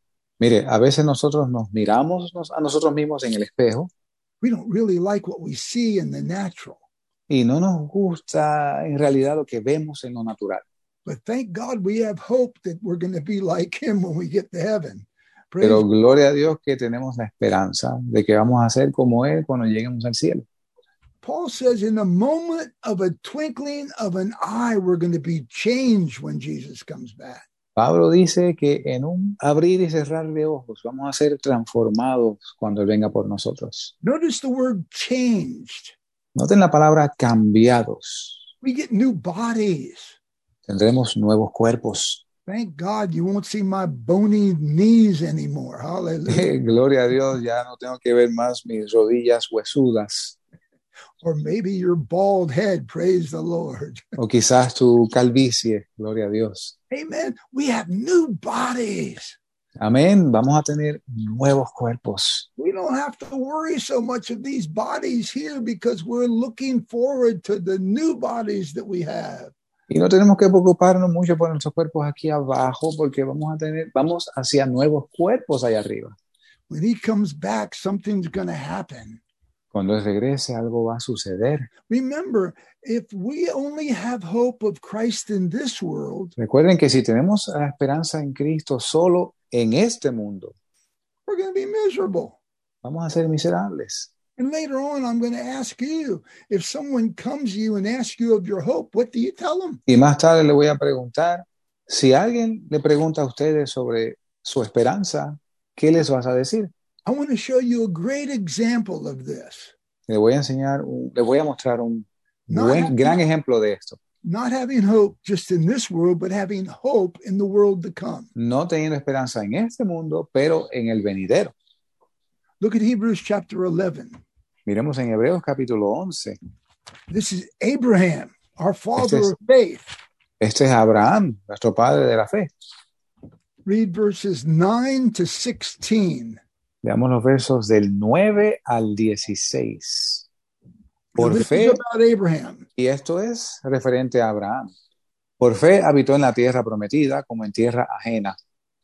Speaker 2: Mire, a veces nosotros nos miramos nos- a nosotros mismos en el espejo
Speaker 3: we don't really like what we see in the natural.
Speaker 2: y no nos gusta en realidad lo que vemos en lo natural.
Speaker 3: But thank God we have hope that we're going to be like him when we get to heaven. Praise
Speaker 2: Pero gloria a Dios que tenemos la esperanza de que vamos a ser como Él cuando lleguemos al cielo.
Speaker 3: Paul says, in a moment of a twinkling of an eye, we're going to be changed when Jesus comes back.
Speaker 2: Pablo dice que en un abrir y cerrar de ojos vamos a ser transformados cuando Él venga por nosotros.
Speaker 3: Notice the word changed.
Speaker 2: Noten la palabra cambiados.
Speaker 3: We get new bodies.
Speaker 2: Tendremos nuevos cuerpos.
Speaker 3: Thank God you won't see my bony knees anymore. Hallelujah.
Speaker 2: Gloria a Dios, ya no tengo que ver más mis rodillas huesudas
Speaker 3: or maybe your bald head. Praise the Lord.
Speaker 2: o quizás tu calvicie. Gloria a Dios.
Speaker 3: Amen. We have new bodies.
Speaker 2: Amén. Vamos a tener nuevos cuerpos.
Speaker 3: We don't have to worry so much of these bodies here because we're looking forward to the new bodies that we have.
Speaker 2: Y no tenemos que preocuparnos mucho por nuestros cuerpos aquí abajo porque vamos a tener, vamos hacia nuevos cuerpos allá arriba.
Speaker 3: When he comes back, something's going to happen.
Speaker 2: Cuando Él regrese, algo va a suceder.
Speaker 3: Remember, if we only have hope of Christ in this world,
Speaker 2: Recuerden que si tenemos la esperanza en Cristo solo en este mundo,
Speaker 3: we're going to be miserable.
Speaker 2: vamos a ser miserables.
Speaker 3: And later on, I'm going to ask you if someone comes to you and asks you of your hope, what do you tell them?
Speaker 2: Y más tarde le voy a preguntar, si alguien le pregunta a ustedes sobre su esperanza, ¿qué les vas a decir?
Speaker 3: I want to show you a great example of this.
Speaker 2: Le voy a enseñar, un- le voy a mostrar un
Speaker 3: Not
Speaker 2: Buen-
Speaker 3: having-
Speaker 2: gran ejemplo de esto.
Speaker 3: Not having hope just in this world, but having hope in the world to come.
Speaker 2: No teniendo esperanza en este mundo, pero en el venidero.
Speaker 3: Look at Hebrews chapter 11.
Speaker 2: Miremos en Hebreos capítulo 11.
Speaker 3: This is Abraham, our father
Speaker 2: is-
Speaker 3: of faith.
Speaker 2: Este es Abraham, nuestro padre de la fe.
Speaker 3: Read verses 9 to 16.
Speaker 2: Veamos los versos del 9 al 16.
Speaker 3: Now,
Speaker 2: Por
Speaker 3: this
Speaker 2: fe,
Speaker 3: is about Abraham.
Speaker 2: y esto es referente a Abraham. Por fe habitó en la tierra prometida como en tierra ajena,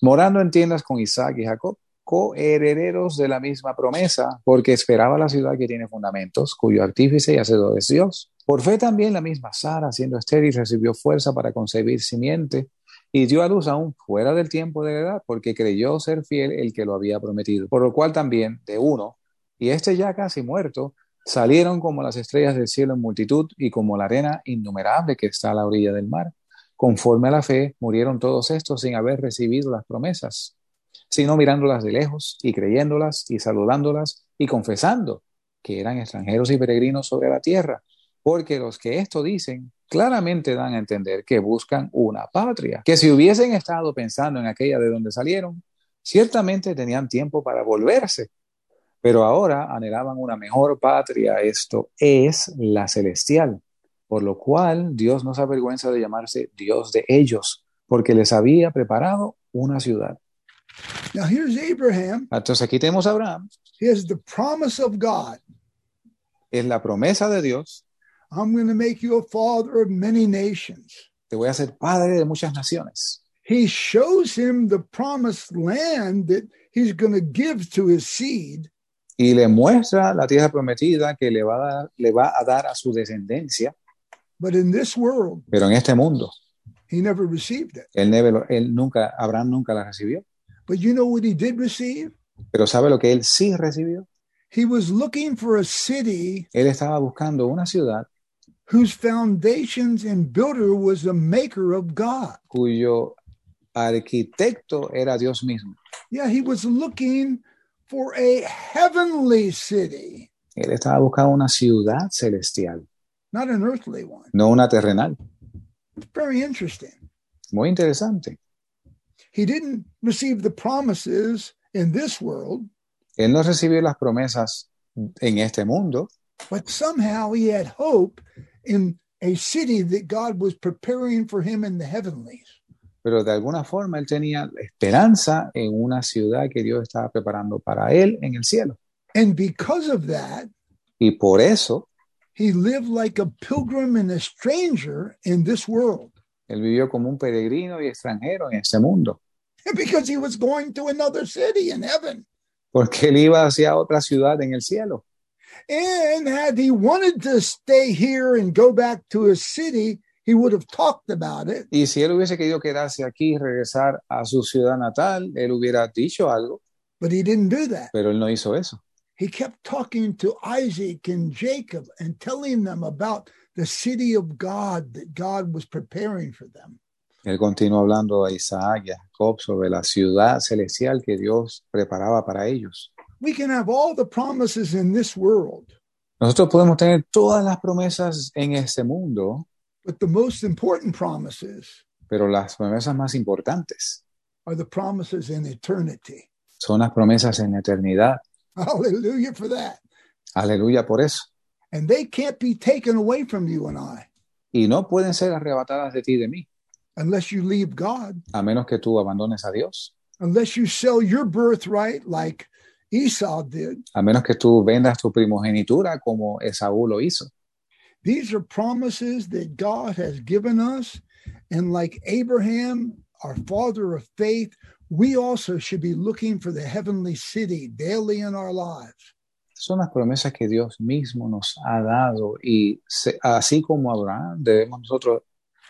Speaker 2: morando en tiendas con Isaac y Jacob, coherederos de la misma promesa, porque esperaba la ciudad que tiene fundamentos, cuyo artífice y hacedor es Dios. Por fe también la misma Sara, siendo estéril, recibió fuerza para concebir simiente y dio a luz aún fuera del tiempo de la edad, porque creyó ser fiel el que lo había prometido. Por lo cual también de uno, y este ya casi muerto, Salieron como las estrellas del cielo en multitud y como la arena innumerable que está a la orilla del mar. Conforme a la fe, murieron todos estos sin haber recibido las promesas, sino mirándolas de lejos y creyéndolas y saludándolas y confesando que eran extranjeros y peregrinos sobre la tierra. Porque los que esto dicen claramente dan a entender que buscan una patria, que si hubiesen estado pensando en aquella de donde salieron, ciertamente tenían tiempo para volverse. Pero ahora anhelaban una mejor patria, esto es la celestial, por lo cual Dios no se avergüenza de llamarse Dios de ellos, porque les había preparado una ciudad.
Speaker 3: Now, here's Abraham.
Speaker 2: Entonces aquí tenemos a Abraham,
Speaker 3: Here's the promise of God
Speaker 2: es la promesa de Dios,
Speaker 3: I'm going to make you a father of many nations.
Speaker 2: te voy a ser padre de muchas naciones.
Speaker 3: He shows him the promised land that he's going to give to his seed.
Speaker 2: Y le muestra la tierra prometida que le va a dar, le va a, dar a su descendencia,
Speaker 3: But in this world,
Speaker 2: pero en este mundo,
Speaker 3: he never received it.
Speaker 2: él, neve- él nunca, Abraham nunca la recibió.
Speaker 3: But you know what he did receive?
Speaker 2: Pero ¿sabe lo que él sí recibió?
Speaker 3: He was looking for a city
Speaker 2: Él estaba buscando una ciudad
Speaker 3: whose foundations and builder was the maker of God.
Speaker 2: cuyo arquitecto era Dios mismo.
Speaker 3: Yeah, he was looking for a heavenly city,
Speaker 2: Él estaba buscando una ciudad celestial,
Speaker 3: not an earthly one.
Speaker 2: no una terrenal.
Speaker 3: Very interesting.
Speaker 2: Muy interesante.
Speaker 3: He didn't receive the promises in this world,
Speaker 2: Él no recibió las promesas en este mundo,
Speaker 3: but somehow he had hope in a city that God was preparing for him in the heavenlies.
Speaker 2: pero de alguna forma él tenía esperanza en una ciudad que Dios estaba preparando para él en el cielo.
Speaker 3: And because of that,
Speaker 2: Y por eso
Speaker 3: he lived like a pilgrim and a stranger in this world
Speaker 2: él vivió como un peregrino y extranjero en este mundo,
Speaker 3: because he was going to another city in heaven.
Speaker 2: porque él iba hacia otra ciudad en el cielo.
Speaker 3: And had he wanted to stay here and go back to his city, he would have talked about it.
Speaker 2: Y si él hubiese querido quedarse aquí y regresar a su ciudad natal, él hubiera dicho algo.
Speaker 3: But he didn't do that.
Speaker 2: pero él no hizo eso.
Speaker 3: He kept talking to Isaac and Jacob and telling them about the city of God that God was preparing for them.
Speaker 2: Él continuó hablando a Isaac y a Jacob sobre la ciudad celestial que Dios preparaba para ellos.
Speaker 3: We can have all the promises in this world,
Speaker 2: Nosotros podemos tener todas las promesas en este mundo,
Speaker 3: but the most important promises
Speaker 2: pero las promesas más importantes
Speaker 3: are the promises in eternity.
Speaker 2: son las promesas en la eternidad.
Speaker 3: Hallelujah for that.
Speaker 2: Aleluya por eso.
Speaker 3: And they can't be taken away from you and I
Speaker 2: Y no pueden ser arrebatadas de ti y de mí,
Speaker 3: unless you leave God.
Speaker 2: a menos que tú abandones a Dios,
Speaker 3: unless you sell your birthright like Esau did.
Speaker 2: a menos que tú vendas tu primogenitura como Esaú lo hizo.
Speaker 3: These are promises that God has given us. And like Abraham, our father of faith, we also should be looking for the heavenly city daily in our lives.
Speaker 2: son las promesas que Dios mismo nos ha dado y se- así como Abraham debemos nosotros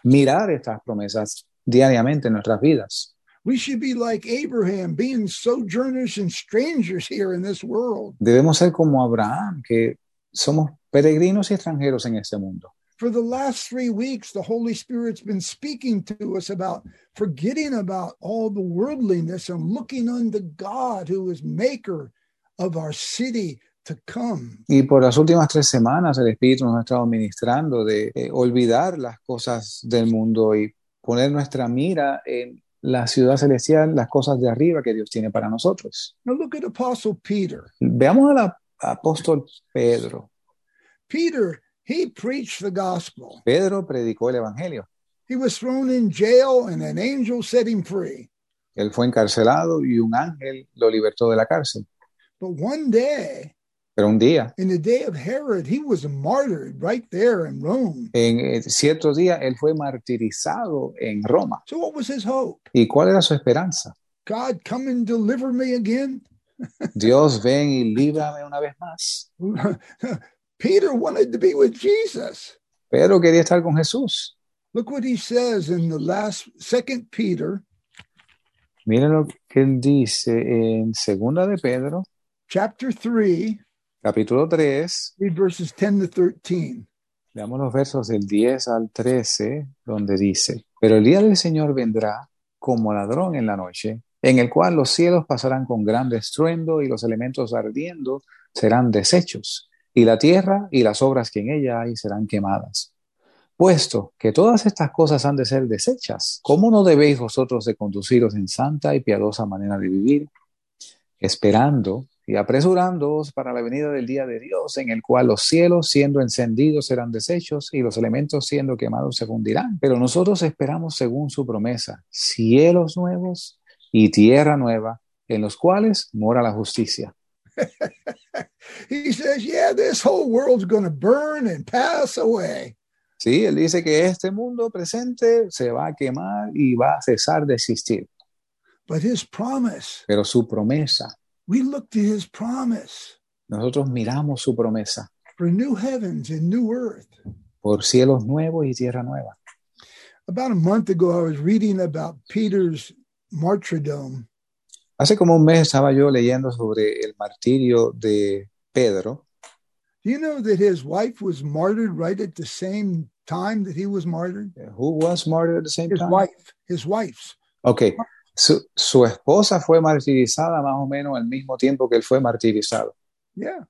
Speaker 2: mirar estas promesas diariamente en nuestras vidas.
Speaker 3: We should be like Abraham, being sojourners and strangers here in this world
Speaker 2: Debemos ser como Abraham, que somos peregrinos y extranjeros en este mundo.
Speaker 3: for the last three weeks, the Holy Spirit's been speaking to us about forgetting about all the worldliness and looking unto God, who is maker of our city to come.
Speaker 2: Y por las últimas tres semanas el Espíritu nos ha estado ministrando de eh, olvidar las cosas del mundo y poner nuestra mira en la ciudad celestial, las cosas de arriba que Dios tiene para nosotros.
Speaker 3: Now look at Apostle Peter.
Speaker 2: Veamos al ap- apóstol Pedro.
Speaker 3: Peter, he preached the gospel.
Speaker 2: Pedro predicó el Evangelio.
Speaker 3: He was thrown in jail and an angel set him free.
Speaker 2: Él fue encarcelado y un ángel lo libertó de la cárcel.
Speaker 3: But one day,
Speaker 2: Pero un día,
Speaker 3: in the day of Herod, he was martyred right there in Rome.
Speaker 2: en eh, cierto día, él fue martirizado en Roma.
Speaker 3: So what was his hope?
Speaker 2: ¿Y cuál era su esperanza?
Speaker 3: God, come and deliver me again?
Speaker 2: Dios, ven y líbrame una vez más.
Speaker 3: Peter wanted to be with Jesus.
Speaker 2: Pedro quería estar con Jesús.
Speaker 3: Look what he says in the last second Peter
Speaker 2: Miren lo que él dice en Segunda de Pedro,
Speaker 3: chapter 3,
Speaker 2: capítulo 3,
Speaker 3: read verses 10 to 13.
Speaker 2: Leamos los versos del 10 al 13, donde dice, Pero el día del Señor vendrá como ladrón en la noche, en el cual los cielos pasarán con gran estruendo y los elementos ardiendo serán deshechos, y la tierra y las obras que en ella hay serán quemadas. Puesto que todas estas cosas han de ser deshechas, ¿cómo no debéis vosotros de conduciros en santa y piadosa manera de vivir, esperando y apresurándoos para la venida del día de Dios, en el cual los cielos siendo encendidos serán deshechos y los elementos siendo quemados se fundirán. Pero nosotros esperamos según su promesa, cielos nuevos y tierra nueva, en los cuales mora la justicia.
Speaker 3: He says, Yeah, this whole world's going to burn and pass away.
Speaker 2: Sí, él dice que este mundo presente se va a quemar y va a cesar de existir,
Speaker 3: But his promise,
Speaker 2: pero su promesa,
Speaker 3: we look to his promise
Speaker 2: nosotros miramos su promesa
Speaker 3: for new heavens and new earth.
Speaker 2: por cielos nuevos y tierra nueva.
Speaker 3: About a month ago, I was reading about Peter's martyrdom,
Speaker 2: Hace como un mes estaba yo leyendo sobre el martirio de Pedro
Speaker 3: Do you know that his wife was martyred right at the same time that he was martyred?
Speaker 2: Who was martyred at the same
Speaker 3: His
Speaker 2: time?
Speaker 3: wife, his wife's.
Speaker 2: Okay. Su, su esposa fue martirizada más o menos al mismo tiempo que él fue martirizado.
Speaker 3: Yeah.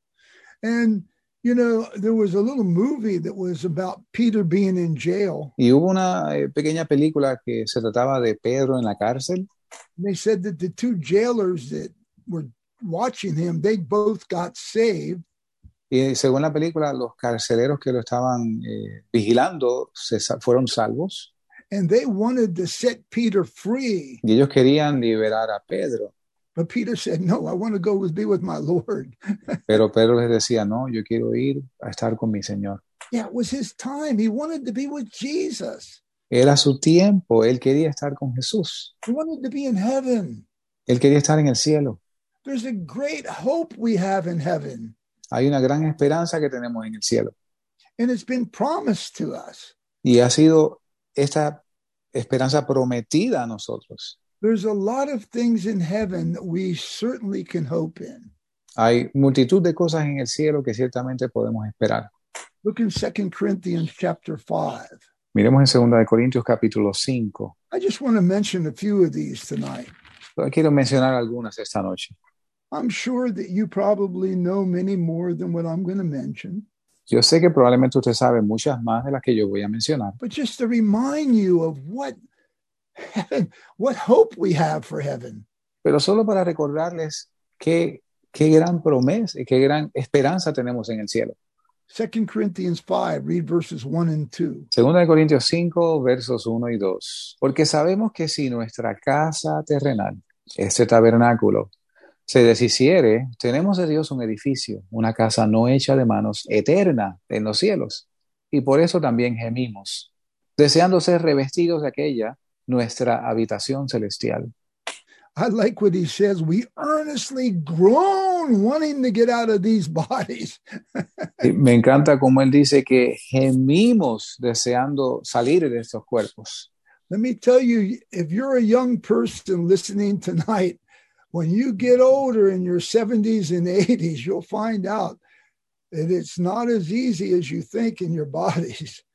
Speaker 3: And, you know, there was a little movie that was about Peter being in jail.
Speaker 2: Y hubo una eh, pequeña película que se trataba de Pedro en la cárcel
Speaker 3: And they said that the two jailers that were watching him, they both got saved.
Speaker 2: y según la película los carceleros que lo estaban eh, vigilando se sa- fueron salvos
Speaker 3: And they wanted to set Peter free.
Speaker 2: y ellos querían liberar a Pedro,
Speaker 3: But Peter said, No, I want to go with be with my Lord.
Speaker 2: pero Pedro les decía, no, yo quiero ir a estar con mi Señor.
Speaker 3: Yeah, it was his time. He wanted to be with Jesus.
Speaker 2: Era su tiempo, él quería estar con Jesús,
Speaker 3: He wanted to be in heaven.
Speaker 2: él quería estar en el cielo.
Speaker 3: There's a great hope we have in heaven,
Speaker 2: Hay una gran esperanza que tenemos en el cielo.
Speaker 3: and it's been promised to us.
Speaker 2: Y ha sido esta esperanza prometida a nosotros.
Speaker 3: There's a lot of things in heaven that we certainly can hope in.
Speaker 2: Hay multitud de cosas en el cielo que ciertamente podemos esperar.
Speaker 3: Look in Second Corinthians chapter 5.
Speaker 2: Miremos en 2 de Corintios capítulo 5.
Speaker 3: I just want to mention a few of these tonight.
Speaker 2: Quiero mencionar algunas esta noche.
Speaker 3: I'm sure that you probably know many more than what I'm going to mention,
Speaker 2: Yo sé que probablemente usted sabe muchas más de las que yo voy a mencionar,
Speaker 3: but just to remind you of what heaven, what hope we have for heaven.
Speaker 2: pero solo para recordarles qué, qué gran promesa y qué gran esperanza tenemos en el cielo.
Speaker 3: Second Corinthians 5, read verses 1 and 2.
Speaker 2: Segunda de Corintios 5, versos 1 y 2. Porque sabemos que si nuestra casa terrenal, este tabernáculo, se deshiciere, tenemos de Dios un edificio, una casa no hecha de manos, eterna en los cielos. Y por eso también gemimos, deseando ser revestidos de aquella, nuestra habitación celestial.
Speaker 3: I like what he says. We earnestly groan wanting to get out of these bodies.
Speaker 2: Y me encanta como él dice que gemimos deseando salir de estos cuerpos.
Speaker 3: Let me tell you, if you're a young person listening tonight, when you get older in your 70s and 80s, you'll find out that it's not as easy as you think in your bodies.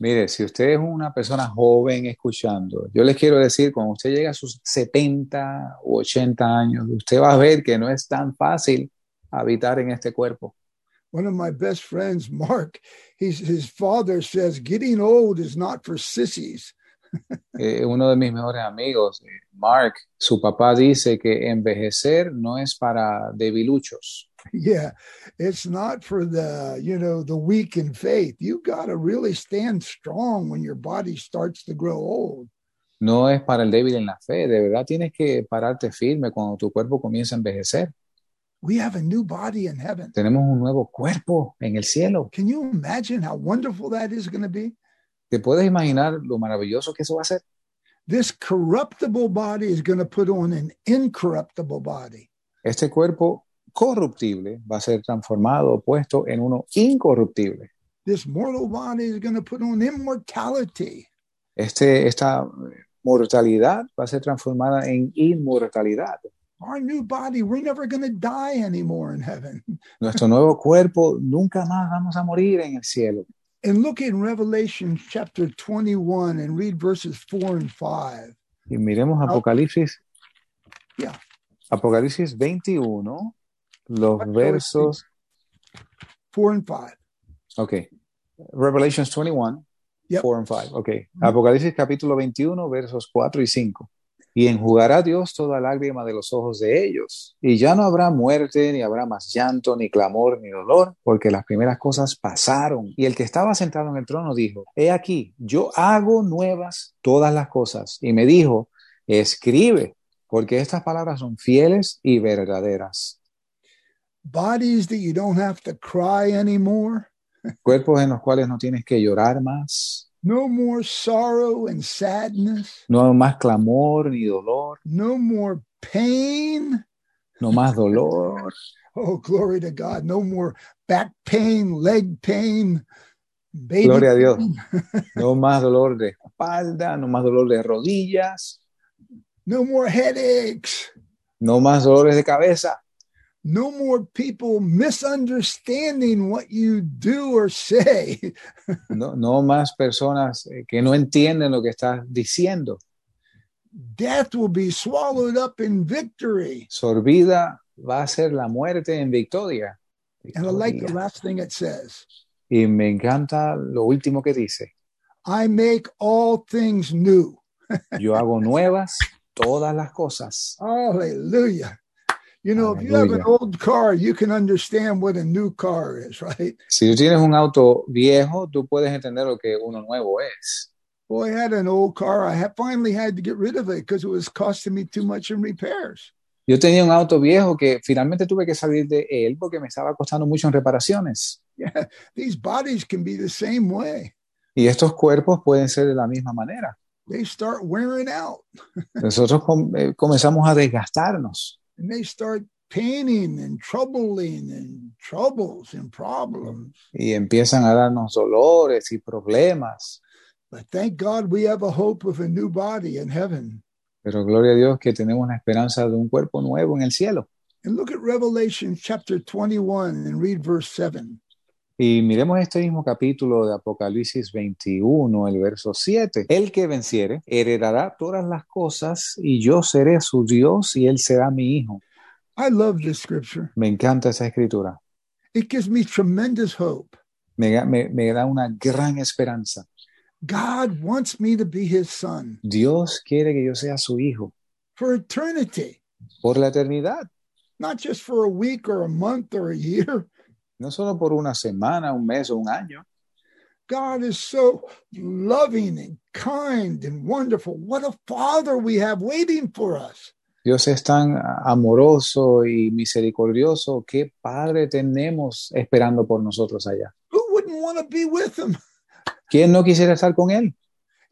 Speaker 2: Mire, si usted es una persona joven escuchando, yo les quiero decir, cuando usted llega a sus 70 u 80 años, usted va a ver que no es tan fácil habitar en este cuerpo.
Speaker 3: One of my best friends, Mark, he's, his father says, getting old is not for sissies.
Speaker 2: Eh, uno de mis mejores amigos, eh, Mark, su papá dice que envejecer no es para debiluchos.
Speaker 3: yeah, it's not for the, you know, the weak in faith. You got to really stand strong when your body starts to grow old.
Speaker 2: No es para el débil en la fe. De verdad tienes que pararte firme cuando tu cuerpo comienza a envejecer.
Speaker 3: We have a new body in heaven.
Speaker 2: Tenemos un nuevo cuerpo en el cielo.
Speaker 3: Can you imagine how wonderful that is going to be?
Speaker 2: ¿Te puedes imaginar lo maravilloso que eso va a ser?
Speaker 3: This corruptible body is going to put on an incorruptible body.
Speaker 2: Este cuerpo corruptible va a ser transformado, puesto en uno incorruptible.
Speaker 3: This mortal body is going to put on immortality.
Speaker 2: Este, esta mortalidad va a ser transformada en inmortalidad.
Speaker 3: Our new body, we're never going to die anymore in heaven.
Speaker 2: Nuestro nuevo cuerpo nunca más vamos a morir en el cielo.
Speaker 3: And look in Revelation chapter 21 and read verses 4 and 5.
Speaker 2: Y miremos Apocalipsis.
Speaker 3: Ya.
Speaker 2: Apocalipsis 21, los
Speaker 3: Apocalipsis.
Speaker 2: versos.
Speaker 3: 4 and 5.
Speaker 2: Ok. Revelations 21,
Speaker 3: Yep.
Speaker 2: 4 and 5. Ok. Apocalipsis capítulo 21, versos 4 y 5. Y enjugará Dios toda lágrima de los ojos de ellos. Y ya no habrá muerte, ni habrá más llanto, ni clamor, ni dolor, porque las primeras cosas pasaron. Y el que estaba sentado en el trono dijo, He aquí, yo hago nuevas todas las cosas. Y me dijo, escribe, porque estas palabras son fieles y verdaderas.
Speaker 3: Bodies that you don't have to cry anymore.
Speaker 2: Cuerpos en los cuales no tienes que llorar más,
Speaker 3: No more sorrow and sadness.
Speaker 2: no hay más clamor ni dolor,
Speaker 3: No more pain.
Speaker 2: no más dolor,
Speaker 3: Oh, glory to God. No more back pain, leg pain, baby.
Speaker 2: Gloria a Dios.
Speaker 3: pain.
Speaker 2: no más dolor de espalda, no más dolor de rodillas,
Speaker 3: No more headaches.
Speaker 2: no más dolores de cabeza,
Speaker 3: No more people misunderstanding what you do or say.
Speaker 2: no, no más personas eh, que no entienden lo que estás diciendo.
Speaker 3: Death will be swallowed up in victory.
Speaker 2: Sorbida va a ser la muerte en victoria.
Speaker 3: And I like the
Speaker 2: Victoria.
Speaker 3: last thing it says
Speaker 2: Y me encanta lo último que dice,
Speaker 3: I make all things new.
Speaker 2: yo hago nuevas todas las cosas.
Speaker 3: Hallelujah. You know, if you have an
Speaker 2: Hallelujah.
Speaker 3: old car, you can understand what a new car is, right?
Speaker 2: Si tú tienes un auto viejo, tú puedes entender lo que uno nuevo es.
Speaker 3: Well, I had an old car. I had, finally had to get rid of it because it was costing me too much in repairs.
Speaker 2: Yo tenía un auto viejo que finalmente tuve que salir de él porque me estaba costando mucho en reparaciones.
Speaker 3: Yeah, these bodies can be the same way.
Speaker 2: Y estos cuerpos pueden ser de la misma manera.
Speaker 3: They start wearing out
Speaker 2: Nosotros com- eh, comenzamos a desgastarnos
Speaker 3: and they start paining and troubling and troubles and problems.
Speaker 2: y empiezan a darnos dolores y problemas.
Speaker 3: But thank God we have a hope of a new body in heaven.
Speaker 2: Pero gloria a Dios que tenemos la esperanza de un cuerpo nuevo en el cielo.
Speaker 3: And look at Revelation chapter 21 and read verse 7.
Speaker 2: Y miremos este mismo capítulo de Apocalipsis 21, el verso 7. El que venciere heredará todas las cosas y yo seré su Dios y él será mi hijo.
Speaker 3: I love this scripture.
Speaker 2: Me encanta esa escritura.
Speaker 3: It gives me tremendous hope.
Speaker 2: Me, me- me da una gran esperanza.
Speaker 3: God wants me to be his son
Speaker 2: Dios quiere que yo sea su hijo
Speaker 3: for eternity,
Speaker 2: por la eternidad,
Speaker 3: not just for a week or a month or a year.
Speaker 2: no solo por una semana, un mes o un año.
Speaker 3: God is so loving and kind and wonderful. What a father we have waiting for us.
Speaker 2: Dios es tan amoroso y misericordioso. ¿Qué padre tenemos esperando por nosotros allá?
Speaker 3: Who wouldn't want to be with him
Speaker 2: ¿Quién no quisiera estar con él?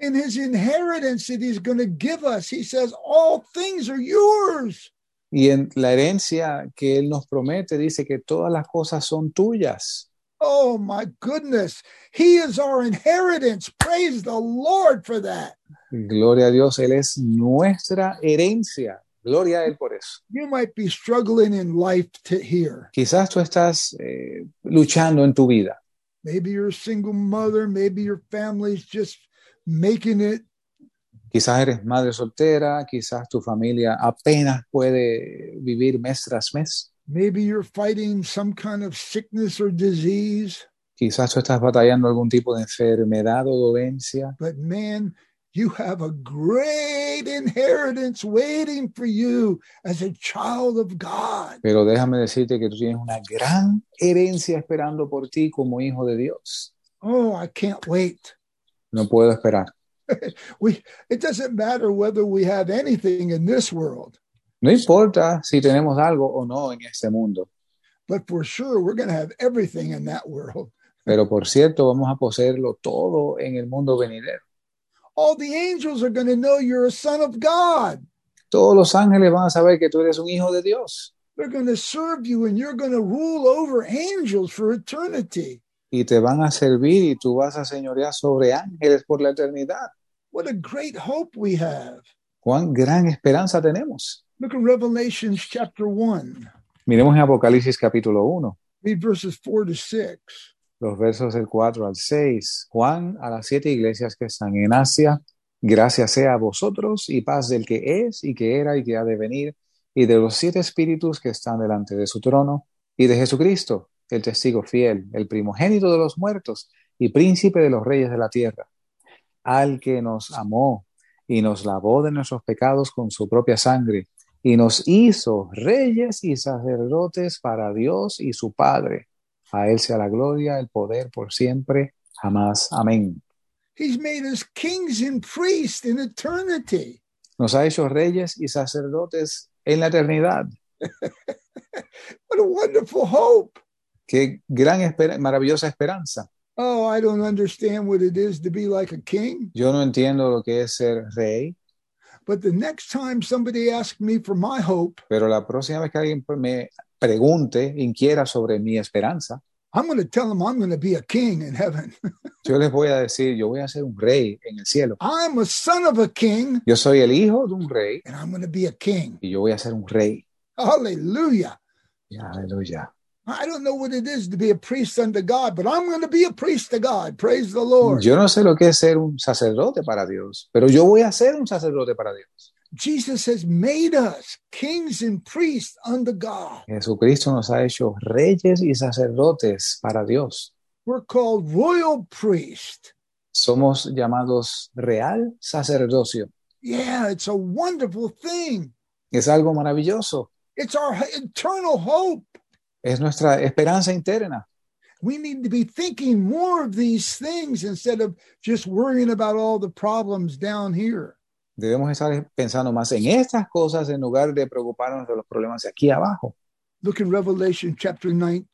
Speaker 3: in his inheritance that he's going to give us? He says, All things are yours.
Speaker 2: Y en la herencia que Él nos promete dice que todas las cosas son tuyas.
Speaker 3: Oh my goodness. He is our inheritance. Praise the Lord for that.
Speaker 2: Gloria a Dios, Él es nuestra herencia. Gloria a Él por eso.
Speaker 3: You might be struggling in life to here.
Speaker 2: Quizás tú estás eh, luchando en tu vida.
Speaker 3: Maybe you're a single mother. Maybe your family's just making it.
Speaker 2: Quizás eres madre soltera, quizás tu familia apenas puede vivir mes tras mes.
Speaker 3: Maybe you're fighting some kind of sickness or disease,
Speaker 2: Quizás tú estás batallando algún tipo de enfermedad o dolencia,
Speaker 3: but man, you have a great inheritance waiting for you as a child of God.
Speaker 2: pero déjame decirte que tú tienes una gran herencia esperando por ti como hijo de Dios.
Speaker 3: Oh, I can't wait.
Speaker 2: No puedo esperar.
Speaker 3: We it doesn't matter whether we have anything in this world,
Speaker 2: No importa si tenemos algo o no en este mundo,
Speaker 3: but for sure we're going to have everything in that world.
Speaker 2: pero por cierto vamos a poseerlo todo en el mundo venidero.
Speaker 3: All the angels are going to know you're a son of God.
Speaker 2: Todos los ángeles van a saber que tú eres un hijo de Dios
Speaker 3: They're going to serve you and you're going to rule over angels for eternity.
Speaker 2: y te van a servir y tú vas a señorear sobre ángeles por la eternidad.
Speaker 3: What a great hope we have.
Speaker 2: Cuán gran esperanza tenemos.
Speaker 3: Look at Revelations chapter 1,
Speaker 2: Miremos en Apocalipsis capítulo 1.
Speaker 3: read verses 4 to 6.
Speaker 2: los versos del 4 al 6. Juan a las siete iglesias que están en Asia, gracia sea a vosotros y paz del que es y que era y que ha de venir, y de los siete espíritus que están delante de su trono, y de Jesucristo, el testigo fiel, el primogénito de los muertos y príncipe de los reyes de la tierra, al que nos amó y nos lavó de nuestros pecados con su propia sangre, y nos hizo reyes y sacerdotes para Dios y su Padre. A Él sea la gloria, el poder por siempre, jamás. Amén.
Speaker 3: He's made us kings and priests in eternity.
Speaker 2: Nos ha hecho reyes y sacerdotes en la eternidad.
Speaker 3: What a wonderful hope.
Speaker 2: Qué gran, espera- maravillosa esperanza.
Speaker 3: Oh, I don't understand what it is to be like a king.
Speaker 2: Yo no entiendo lo que es ser rey,
Speaker 3: But the next time somebody asks me for my hope,
Speaker 2: pero la próxima vez que alguien me pregunte, inquiera sobre mi esperanza,
Speaker 3: I'm going to tell them I'm going to be a king in heaven.
Speaker 2: yo les voy a decir, yo voy a ser un rey en el cielo.
Speaker 3: I'm a son of a king
Speaker 2: Yo soy el hijo de un rey
Speaker 3: and I'm going to be a king.
Speaker 2: y yo voy a ser un rey.
Speaker 3: Hallelujah.
Speaker 2: Aleluya.
Speaker 3: I don't know what it is to be a priest unto God, but I'm going to be a priest to God. Praise the Lord.
Speaker 2: Yo no sé lo que es ser un sacerdote para Dios, pero yo voy a ser un sacerdote para Dios.
Speaker 3: Jesus has made us kings and priests unto God.
Speaker 2: Jesucristo nos ha hecho reyes y sacerdotes para Dios.
Speaker 3: We're called royal priests.
Speaker 2: Somos llamados real sacerdocio.
Speaker 3: Yeah, it's a wonderful thing.
Speaker 2: Es algo maravilloso.
Speaker 3: It's our eternal hope.
Speaker 2: Es nuestra esperanza interna.
Speaker 3: We need to be thinking more of these things instead of just worrying about all the problems down here.
Speaker 2: Debemos estar pensando más en estas cosas en lugar de preocuparnos de los problemas de aquí abajo.
Speaker 3: Look in Revelation chapter 19,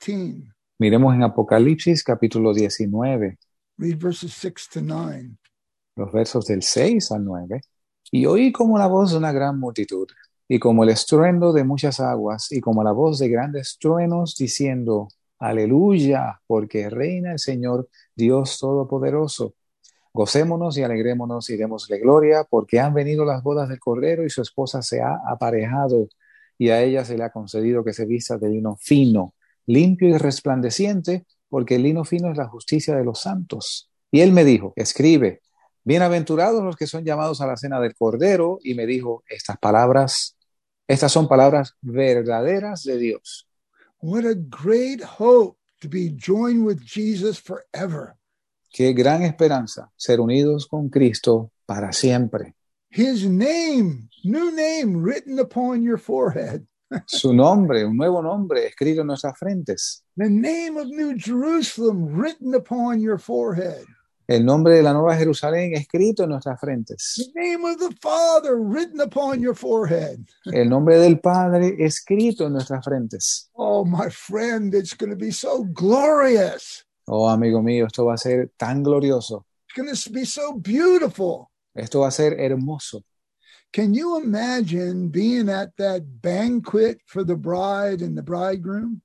Speaker 2: Miremos en Apocalipsis capítulo 19,
Speaker 3: read verses 6 to 9.
Speaker 2: los versos del 6 al 9. Y oí como la voz de una gran multitud, y como el estruendo de muchas aguas, y como la voz de grandes truenos, diciendo, Aleluya, porque reina el Señor Dios Todopoderoso. Gocémonos y alegrémonos y démosle gloria, porque han venido las bodas del Cordero y su esposa se ha aparejado, y a ella se le ha concedido que se vista de lino fino, limpio y resplandeciente, porque el lino fino es la justicia de los santos. Y él me dijo, escribe, Bienaventurados los que son llamados a la cena del Cordero, y me dijo estas palabras, estas son palabras verdaderas de Dios.
Speaker 3: What a great hope to be joined with Jesus forever.
Speaker 2: Qué gran esperanza ser unidos con Cristo para siempre.
Speaker 3: His name, new name written upon your forehead,
Speaker 2: Su nombre, un nuevo nombre escrito en nuestras frentes,
Speaker 3: the name of New Jerusalem written upon your forehead,
Speaker 2: el nombre de la Nueva Jerusalén escrito en nuestras
Speaker 3: the
Speaker 2: frentes,
Speaker 3: name of the Father written upon your forehead.
Speaker 2: el nombre del Padre escrito en nuestras frentes.
Speaker 3: Oh, my friend, it's going to be so glorious.
Speaker 2: Oh, amigo mío, esto va a ser tan glorioso,
Speaker 3: It's going to be so beautiful.
Speaker 2: esto va a ser hermoso.
Speaker 3: Can you imagine being at that banquet for the bride and the bridegroom?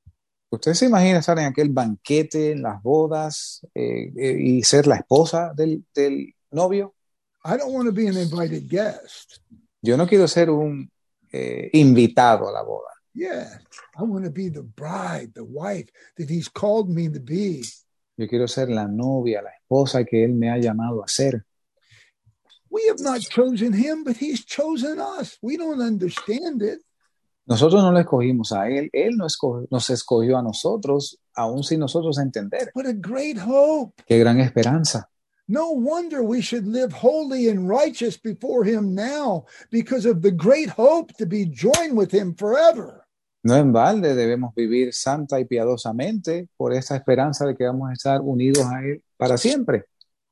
Speaker 2: ¿Usted se imagina estar en aquel banquete, en las bodas, eh, eh, y ser la esposa del, del novio?
Speaker 3: I don't want to be an invited guest.
Speaker 2: Yo no quiero ser un eh, invitado a la boda.
Speaker 3: Yeah, I want to be the bride, the wife that he's called me to be.
Speaker 2: Yo quiero ser la novia, la esposa que él me ha llamado a ser.
Speaker 3: We have not chosen him, but he's chosen us. We don't understand it.
Speaker 2: Nosotros no lo escogimos a Él, Él nos escogió, nos escogió a nosotros, aun sin nosotros entender.
Speaker 3: What a great hope!
Speaker 2: Qué gran esperanza.
Speaker 3: No wonder we should live holy and righteous before Him now because of the great hope to be joined with Him forever.
Speaker 2: No en balde debemos vivir santa y piadosamente por esta esperanza de que vamos a estar unidos a Él para siempre.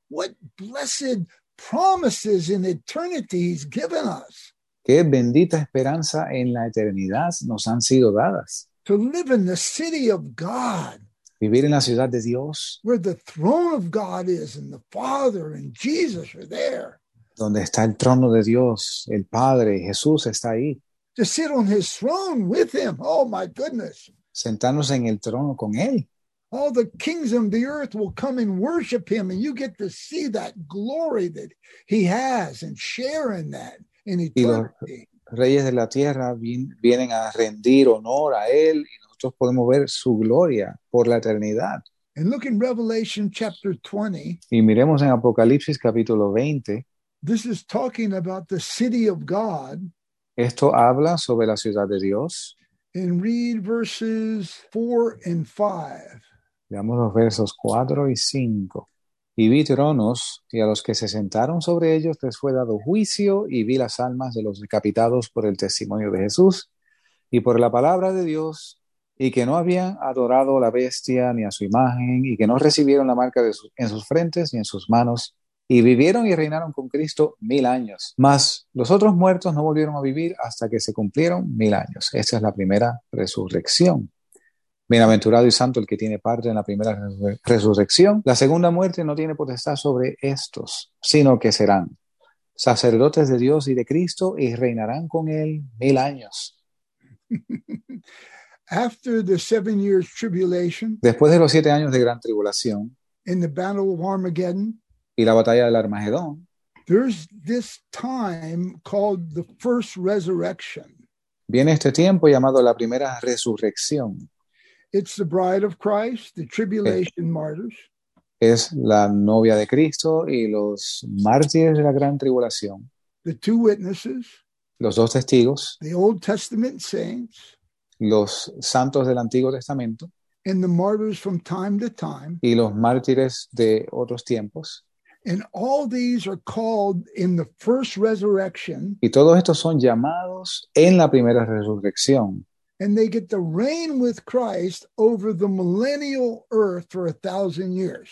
Speaker 3: What blessed promises in eternity He's given us
Speaker 2: Qué bendita esperanza en la eternidad nos han sido dadas.
Speaker 3: to live in the city of God,
Speaker 2: Vivir en la ciudad de Dios,
Speaker 3: where the throne of God is and the Father and Jesus are there,
Speaker 2: donde está el trono de Dios, el Padre, Jesús está ahí.
Speaker 3: to sit on His throne with Him. Oh my goodness.
Speaker 2: Sentarnos en el trono con Él.
Speaker 3: All the kings of the earth will come and worship him, and you get to see that glory that he has and share in that in
Speaker 2: Lord.
Speaker 3: eternity.
Speaker 2: Reyes de la tierra vin- vienen a rendir honor a Él y nosotros podemos ver su gloria por la eternidad.
Speaker 3: And look in Revelation chapter 20.
Speaker 2: Y miremos en Apocalipsis capítulo 20,
Speaker 3: This is talking about the city of God.
Speaker 2: esto habla sobre la ciudad de Dios.
Speaker 3: And read verses 4 and 5.
Speaker 2: Veamos los versos 4 y 5. Y vi tronos, y a los que se sentaron sobre ellos les fue dado juicio, y vi las almas de los decapitados por el testimonio de Jesús y por la palabra de Dios, y que no habían adorado a la bestia ni a su imagen, y que no recibieron la marca de su- en sus frentes ni en sus manos, y vivieron y reinaron con Cristo mil años. Mas los otros muertos no volvieron a vivir hasta que se cumplieron mil años. Esta es la primera resurrección. Bienaventurado y santo el que tiene parte en la primera resur- resurrección. La segunda muerte no tiene potestad sobre estos, sino que serán sacerdotes de Dios y de Cristo y reinarán con él mil años.
Speaker 3: After the seven years tribulation
Speaker 2: Después de los siete años de gran tribulación
Speaker 3: in the battle of Armageddon,
Speaker 2: y la batalla del Armagedón,
Speaker 3: there's this time called the first resurrection.
Speaker 2: viene este tiempo llamado la primera resurrección.
Speaker 3: It's the bride of Christ, the tribulation martyrs.
Speaker 2: Es la novia de Cristo y los mártires de la gran tribulación,
Speaker 3: the two witnesses,
Speaker 2: los dos testigos,
Speaker 3: the Old Testament saints,
Speaker 2: los santos del Antiguo Testamento
Speaker 3: and the martyrs from time to time.
Speaker 2: y los mártires de otros tiempos.
Speaker 3: And all these are called in the first resurrection,
Speaker 2: Y todos estos son llamados en la primera resurrección.
Speaker 3: and they get to reign with Christ over the millennial earth for a thousand years.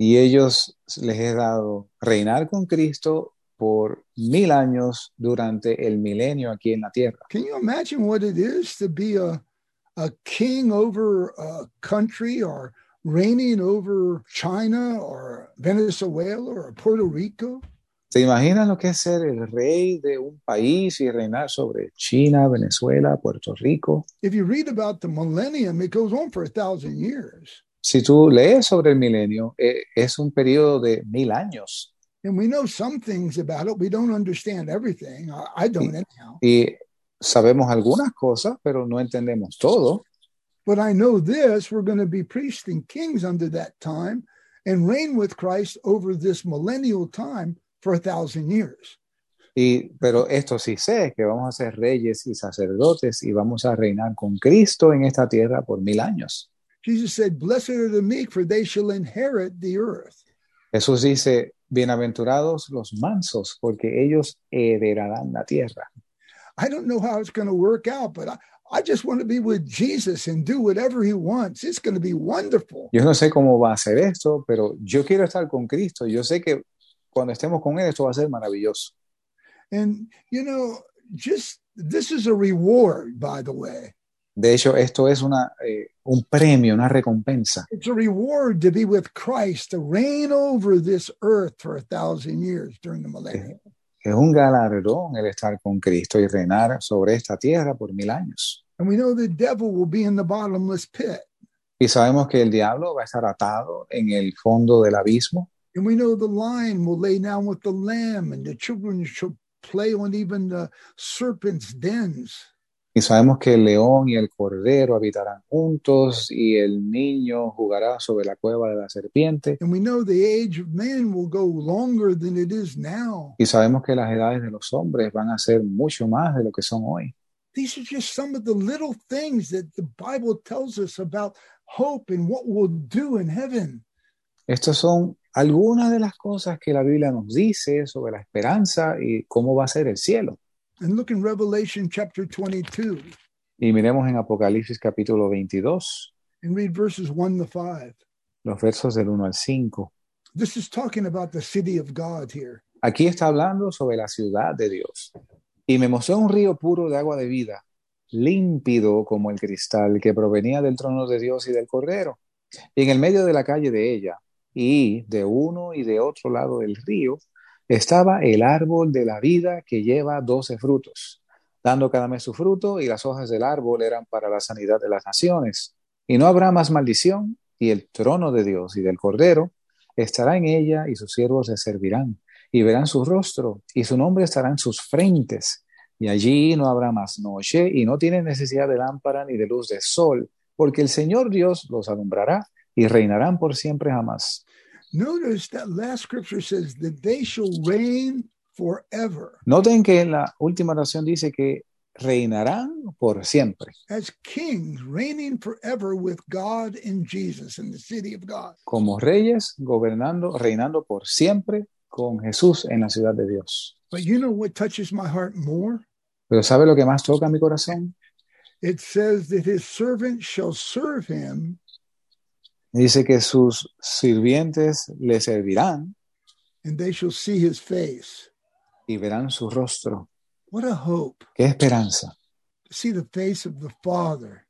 Speaker 2: Y ellos les he dado reinar con Cristo por mil años durante el milenio aquí en la tierra.
Speaker 3: Can you imagine what it is to be a, a king over a country or reigning over China or Venezuela or Puerto Rico?
Speaker 2: ¿Se imaginan lo que es ser el rey de un país y reinar sobre China, Venezuela, Puerto Rico?
Speaker 3: If you read about the millennium, it goes on for a thousand years.
Speaker 2: Si tú lees sobre el milenio, eh, es un periodo de mil años.
Speaker 3: And we know some things about it. We don't understand everything. I, I don't anyhow.
Speaker 2: Y sabemos algunas cosas, pero no entendemos todo.
Speaker 3: But I know this we're going to be priests and kings under that time and reign with Christ over this millennial time for a thousand years.
Speaker 2: Y, pero esto sí sé, que vamos a ser reyes y sacerdotes y vamos a reinar con Cristo en esta tierra por mil años.
Speaker 3: Jesus said, Blessed are the meek, for they shall inherit the earth.
Speaker 2: Jesús dice, bienaventurados los mansos, porque ellos heredarán la tierra.
Speaker 3: I don't know how it's going to work out, but I, I just want to be with Jesus and do whatever he wants. It's going to be wonderful.
Speaker 2: Yo no sé cómo va a ser esto, pero yo quiero estar con Cristo. Yo sé que cuando estemos con Él esto va a ser maravilloso.
Speaker 3: And, you know, just this is a reward, by the way.
Speaker 2: De hecho, esto es una, eh, un premio, una recompensa.
Speaker 3: It's a reward to be with Christ, to reign over this earth for a thousand years during the millennium.
Speaker 2: Es un galardón el estar con Cristo y reinar sobre esta tierra por mil años.
Speaker 3: And we know the devil will be in the bottomless pit.
Speaker 2: Y sabemos que el diablo va a estar atado en el fondo del abismo.
Speaker 3: And we know the lion will lay down with the lamb, and the children shall play on even the serpent's dens.
Speaker 2: Y sabemos que el león y el cordero habitarán juntos y el niño jugará sobre la cueva de la serpiente.
Speaker 3: And we know the age of man will go longer than it is now.
Speaker 2: Y sabemos que las edades de los hombres van a ser mucho más de lo que son hoy.
Speaker 3: These are just some of the little things that the Bible tells us about hope and what we'll do in heaven.
Speaker 2: Estas son algunas de las cosas que la Biblia nos dice sobre la esperanza y cómo va a ser el cielo.
Speaker 3: And look in Revelation chapter 22
Speaker 2: Y miremos en Apocalipsis capítulo 22,
Speaker 3: and read verses 1 to 5.
Speaker 2: los versos del 1 al 5.
Speaker 3: This is talking about the city of God here.
Speaker 2: Aquí está hablando sobre la ciudad de Dios. Y me mostró un río puro de agua de vida, límpido como el cristal que provenía del trono de Dios y del Cordero. Y en el medio de la calle de ella, y de uno y de otro lado del río, estaba el árbol de la vida que lleva doce frutos, dando cada mes su fruto, y las hojas del árbol eran para la sanidad de las naciones. Y no habrá más maldición, y el trono de Dios y del Cordero estará en ella, y sus siervos le servirán y verán su rostro, y su nombre estará en sus frentes. Y allí no habrá más noche, y no tienen necesidad de lámpara ni de luz de sol, porque el Señor Dios los alumbrará y reinarán por siempre jamás.
Speaker 3: Notice that last scripture says that they shall reign forever
Speaker 2: Noten que en la última oración dice que reinarán por siempre,
Speaker 3: as kings, reigning forever with God and Jesus in the city of God.
Speaker 2: como reyes, gobernando, reinando por siempre con Jesús en la ciudad de Dios.
Speaker 3: But you know what touches my heart more?
Speaker 2: Pero ¿sabe lo que más toca mi corazón?
Speaker 3: It says that his servants shall serve him
Speaker 2: Dice que sus sirvientes le servirán
Speaker 3: and they shall see his face.
Speaker 2: y verán su rostro.
Speaker 3: What a hope
Speaker 2: ¡Qué esperanza!
Speaker 3: to see the face of the Father,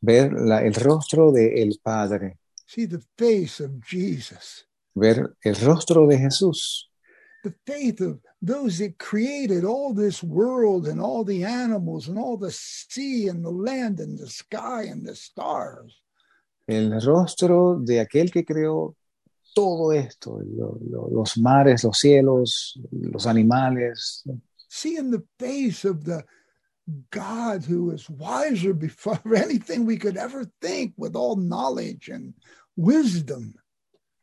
Speaker 2: ver la- el rostro de el Padre,
Speaker 3: see the face of Jesus,
Speaker 2: ver el rostro de Jesús,
Speaker 3: the faith of those that created all this world and all the animals and all the sea and the land and the sky and the stars.
Speaker 2: el rostro de aquel que creó todo esto, lo- lo- los mares, los cielos, los animales,
Speaker 3: seeing the face of the God who is wiser before anything we could ever think with all knowledge and wisdom.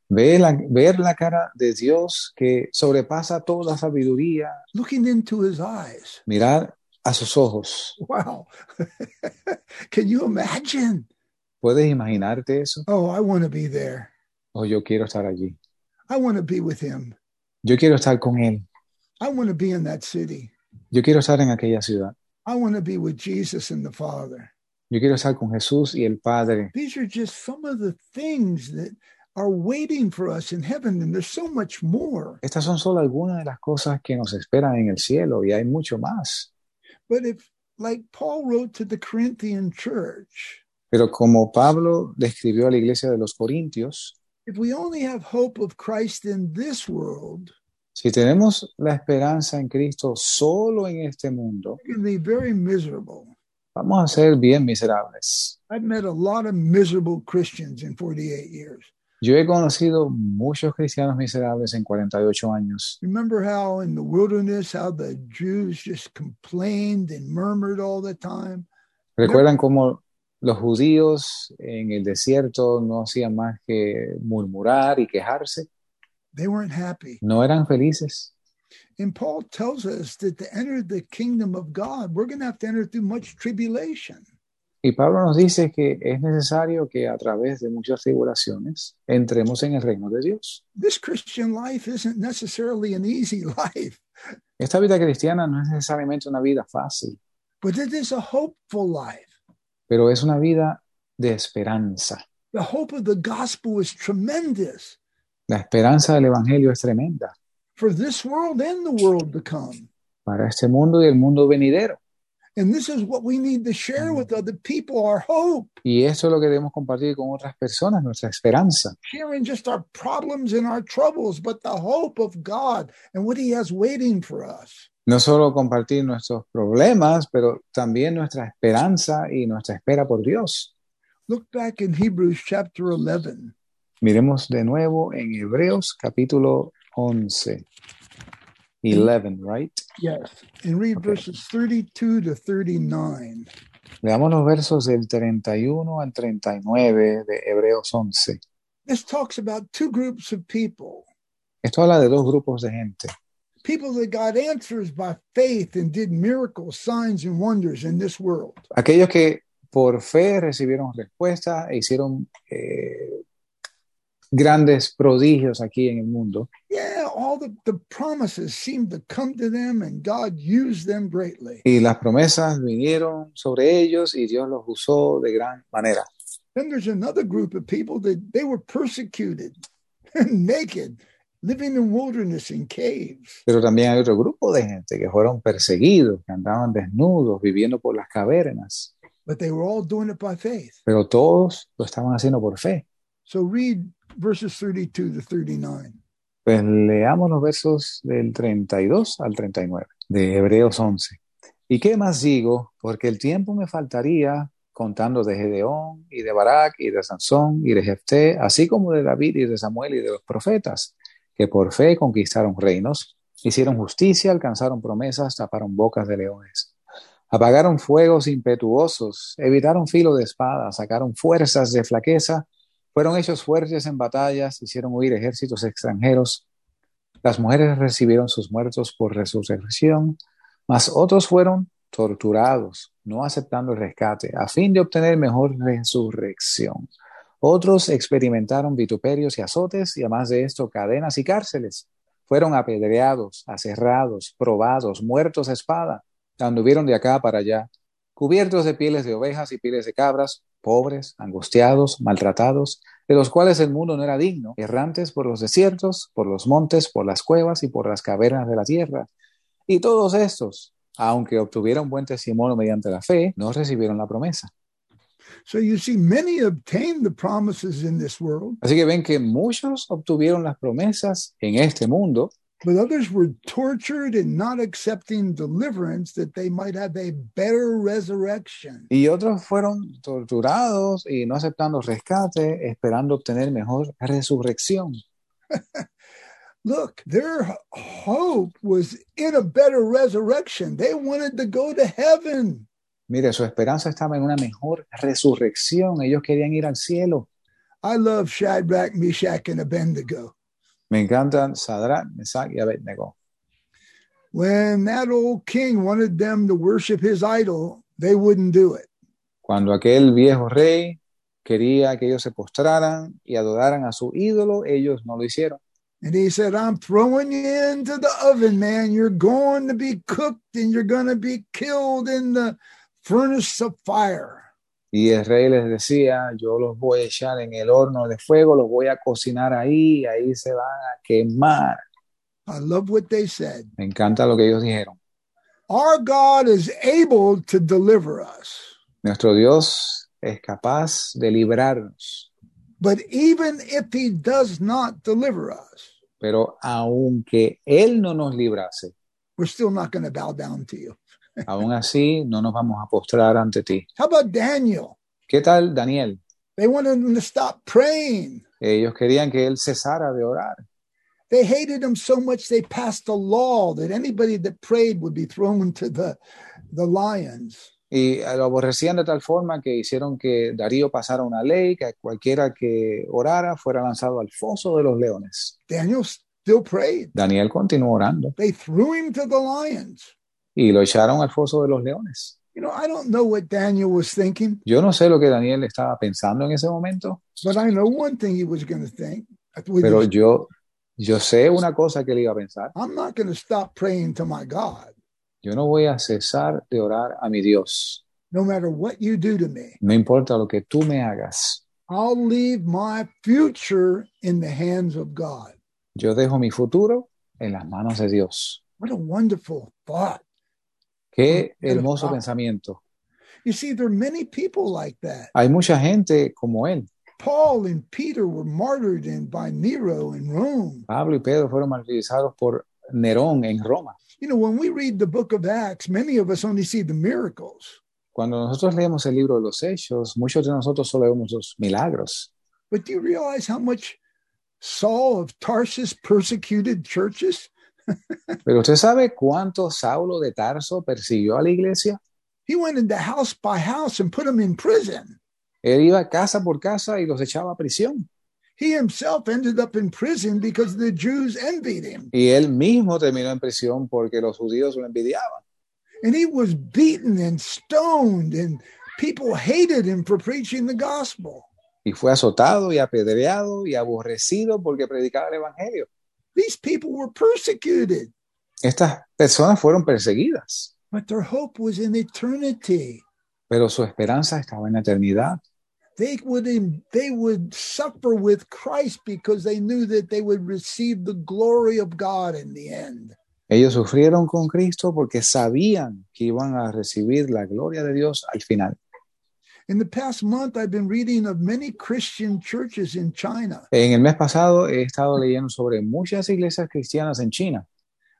Speaker 2: ver la, ver la cara de Dios que sobrepasa toda sabiduría,
Speaker 3: Looking into his eyes.
Speaker 2: mirar a sus ojos.
Speaker 3: Wow. Can you imagine?
Speaker 2: ¿Puedes imaginarte eso?
Speaker 3: Oh, I want to be there.
Speaker 2: O yo quiero estar allí.
Speaker 3: I want to be with him.
Speaker 2: Yo quiero estar con Él.
Speaker 3: I want to be in that city.
Speaker 2: Yo quiero estar en aquella ciudad.
Speaker 3: I want to be with Jesus and the Father.
Speaker 2: Yo quiero estar con Jesús y el Padre.
Speaker 3: These are just some of the things that are waiting for us in heaven, and there's so much more.
Speaker 2: Estas son solo algunas de las cosas que nos esperan en el cielo y hay mucho más.
Speaker 3: But if, like Paul wrote to the Corinthian church,
Speaker 2: Pero como Pablo describió a la iglesia de los Corintios,
Speaker 3: if we only have hope of Christ in this world,
Speaker 2: si tenemos la esperanza en Cristo solo en este mundo,
Speaker 3: we can be very miserable.
Speaker 2: vamos a ser bien miserables.
Speaker 3: I've met a lot of miserable Christians in 48 years.
Speaker 2: Yo he conocido muchos cristianos miserables en 48 años.
Speaker 3: Remember how in the wilderness, how the Jews just complained and murmured all the time?
Speaker 2: ¿Recuerdan cómo los judíos en el desierto no hacían más que murmurar y quejarse?
Speaker 3: They weren't happy.
Speaker 2: No eran felices.
Speaker 3: And Paul tells us that to enter the kingdom of God, we're going to have to enter through much tribulation.
Speaker 2: Y Pablo nos dice que es necesario que a través de muchas tribulaciones entremos en el reino de Dios.
Speaker 3: This Christian life isn't necessarily an easy life,
Speaker 2: Esta vida cristiana no es necesariamente una vida fácil,
Speaker 3: but it is a hopeful life.
Speaker 2: pero es una vida de esperanza.
Speaker 3: The hope of the gospel is tremendous
Speaker 2: La esperanza del Evangelio es tremenda
Speaker 3: for this world and the world to come.
Speaker 2: para este mundo y el mundo venidero.
Speaker 3: And this is what we need to share with other people our hope,
Speaker 2: Y esto es lo que debemos compartir con otras personas, nuestra esperanza.
Speaker 3: sharing just our problems and our troubles, but the hope of God and what He has waiting for us.
Speaker 2: No solo compartir nuestros problemas, pero también nuestra esperanza y nuestra espera por Dios.
Speaker 3: Look back in Hebrews chapter 11.
Speaker 2: Miremos de nuevo en Hebreos capítulo 11. 11, right?
Speaker 3: Yes. And read
Speaker 2: Okay.
Speaker 3: verses 32 to 39.
Speaker 2: Veamos los versos del 31 al 39 de Hebreos 11.
Speaker 3: This talks about two groups of people
Speaker 2: Esto habla de dos grupos de gente.
Speaker 3: people that got answers by faith and did miracles, signs, and wonders in this world.
Speaker 2: Aquellos que por fe recibieron respuestas e hicieron eh, grandes prodigios aquí en el mundo.
Speaker 3: Yeah, all the, the promises seemed to come to them, and God used them greatly.
Speaker 2: Y las promesas vinieron sobre ellos y Dios los usó de gran manera.
Speaker 3: Then there's another group of people that they were persecuted and naked, living in wilderness in caves.
Speaker 2: Pero también hay otro grupo de gente que fueron perseguidos, que andaban desnudos, viviendo por las cavernas.
Speaker 3: but they were all doing it by faith.
Speaker 2: Pero todos lo estaban haciendo por fe.
Speaker 3: So read verses 32 to 39.
Speaker 2: Pues leamos los versos del 32 al 39 de Hebreos 11. ¿Y qué más digo? Porque el tiempo me faltaría contando de Gedeón y de Barak y de Sansón y de Jefté, así como de David y de Samuel y de los profetas, que por fe conquistaron reinos, hicieron justicia, alcanzaron promesas, taparon bocas de leones. Apagaron fuegos impetuosos, evitaron filo de espada, sacaron fuerzas de flaqueza, fueron hechos fuertes en batallas, hicieron huir ejércitos extranjeros. Las mujeres recibieron sus muertos por resurrección, mas otros fueron torturados, no aceptando el rescate, a fin de obtener mejor resurrección. Otros experimentaron vituperios y azotes, y además de esto, cadenas y cárceles. Fueron apedreados, aserrados, probados, muertos a espada anduvieron de acá para allá, cubiertos de pieles de ovejas y pieles de cabras, pobres, angustiados, maltratados, de los cuales el mundo no era digno, errantes por los desiertos, por los montes, por las cuevas y por las cavernas de la tierra. Y todos estos, aunque obtuvieron buen testimonio mediante la fe, no recibieron la promesa.
Speaker 3: So you see, many obtained the promises in this world,
Speaker 2: Así que ven que muchos obtuvieron las promesas en este mundo,
Speaker 3: but others were tortured and not accepting deliverance that they might have a better resurrection.
Speaker 2: Y otros fueron torturados y no aceptando rescate, esperando obtener mejor resurrección.
Speaker 3: Look, their hope was in a better resurrection. They wanted to go to heaven.
Speaker 2: Mire, su esperanza estaba en una mejor resurrección. Ellos querían ir al cielo.
Speaker 3: I love Shadrach, Meshach, and Abednego.
Speaker 2: Me encantan Sadrach, Mesach y Abednego.
Speaker 3: When that old king wanted them to worship his idol, they wouldn't do it.
Speaker 2: Cuando aquel viejo rey quería que ellos se postraran y adoraran a su ídolo, ellos no lo hicieron.
Speaker 3: And he said, I'm throwing you into the oven, man. You're going to be cooked and you're going to be killed in the furnace of fire.
Speaker 2: Y el rey les decía, yo los voy a echar en el horno de fuego, los voy a cocinar ahí, ahí se van a quemar.
Speaker 3: I love what they said.
Speaker 2: Me encanta lo que ellos dijeron.
Speaker 3: Our God is able to deliver us.
Speaker 2: Nuestro Dios es capaz de librarnos,
Speaker 3: But even if he does not deliver us,
Speaker 2: pero aunque Él no nos librase,
Speaker 3: we're still not going to bow down to you.
Speaker 2: aún así no nos vamos a postrar ante ti.
Speaker 3: How about Daniel?
Speaker 2: ¿Qué tal, Daniel?
Speaker 3: They wanted him to stop praying.
Speaker 2: Ellos querían que Él cesara de orar.
Speaker 3: They hated him so much they passed a law that anybody that prayed would be thrown to the, the lions.
Speaker 2: Y eh, lo aborrecían de tal forma que hicieron que Darío pasara una ley que cualquiera que orara fuera lanzado al foso de los leones.
Speaker 3: Daniel still prayed.
Speaker 2: Daniel continuó orando
Speaker 3: They threw him to the lions.
Speaker 2: y lo echaron al foso de los leones.
Speaker 3: You know, I don't know what Daniel was thinking,
Speaker 2: Yo no sé lo que Daniel estaba pensando en ese momento,
Speaker 3: but I know one thing he was going to think.
Speaker 2: pero yo, yo sé una cosa que él iba a pensar.
Speaker 3: I'm not going to stop praying to my God,
Speaker 2: Yo no voy a cesar de orar a mi Dios.
Speaker 3: no matter what you do to me.
Speaker 2: No importa lo que tú me hagas.
Speaker 3: I'll leave my future in the hands of God.
Speaker 2: Yo dejo mi futuro en las manos de Dios.
Speaker 3: What a wonderful thought.
Speaker 2: Qué hermoso
Speaker 3: Ah.
Speaker 2: pensamiento.
Speaker 3: You see, there are many people like that.
Speaker 2: Hay mucha gente como él.
Speaker 3: Paul and Peter were martyred in by Nero in Rome.
Speaker 2: Pablo y Pedro fueron martirizados por Nerón en Roma.
Speaker 3: You know, when we read the book of Acts, many of us only see the miracles,
Speaker 2: Cuando nosotros leemos el libro de los Hechos, muchos de nosotros solo vemos los milagros.
Speaker 3: but do you realize how much Saul of Tarsus persecuted churches?
Speaker 2: Pero usted sabe cuánto Saulo de Tarso persiguió a la iglesia.
Speaker 3: He went into house by house and put them in prison.
Speaker 2: Él iba casa por casa y los echaba a prisión.
Speaker 3: he himself ended up in prison because the Jews envied him.
Speaker 2: Y él mismo terminó en prisión porque los judíos lo envidiaban.
Speaker 3: And he was beaten and stoned, and people hated him for preaching the gospel.
Speaker 2: Y fue azotado y apedreado y aborrecido porque predicaba el Evangelio.
Speaker 3: These people were persecuted,
Speaker 2: Estas personas fueron perseguidas,
Speaker 3: but their hope was in eternity.
Speaker 2: pero su esperanza estaba en la eternidad.
Speaker 3: They would, they would suffer with Christ because they knew that they would receive the glory of God in the end.
Speaker 2: Ellos sufrieron con Cristo porque sabían que iban a recibir la gloria de Dios al final.
Speaker 3: In the past month, I've been reading of many Christian churches in China.
Speaker 2: En el mes pasado he estado leyendo sobre muchas iglesias cristianas en China.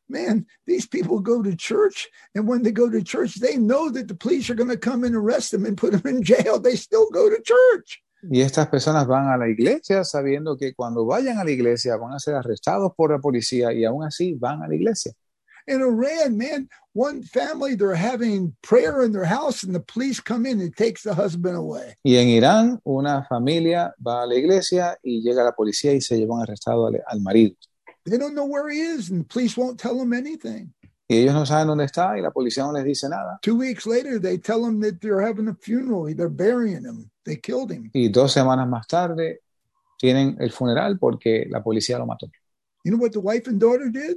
Speaker 3: Man, these people go to church, and when they go to church, they know that the police are going to come and arrest them and put them in jail. They still go to church.
Speaker 2: Y estas personas van a la iglesia sabiendo que cuando vayan a la iglesia van a ser arrestados por la policía y aún así van a la iglesia.
Speaker 3: In Iran, man, one family, they're having prayer in their house, and the police come in and takes the husband away.
Speaker 2: Y en Irán, una familia va a la iglesia y llega la policía y se llevan arrestado al, al marido.
Speaker 3: They don't know where he is, and the police won't tell them anything.
Speaker 2: Y ellos no saben dónde está y la policía no les dice nada.
Speaker 3: Two weeks later, they tell them that they're having a funeral. They're burying him. They killed him.
Speaker 2: Y dos semanas más tarde tienen el funeral porque la policía lo mató.
Speaker 3: You know what the wife and daughter did?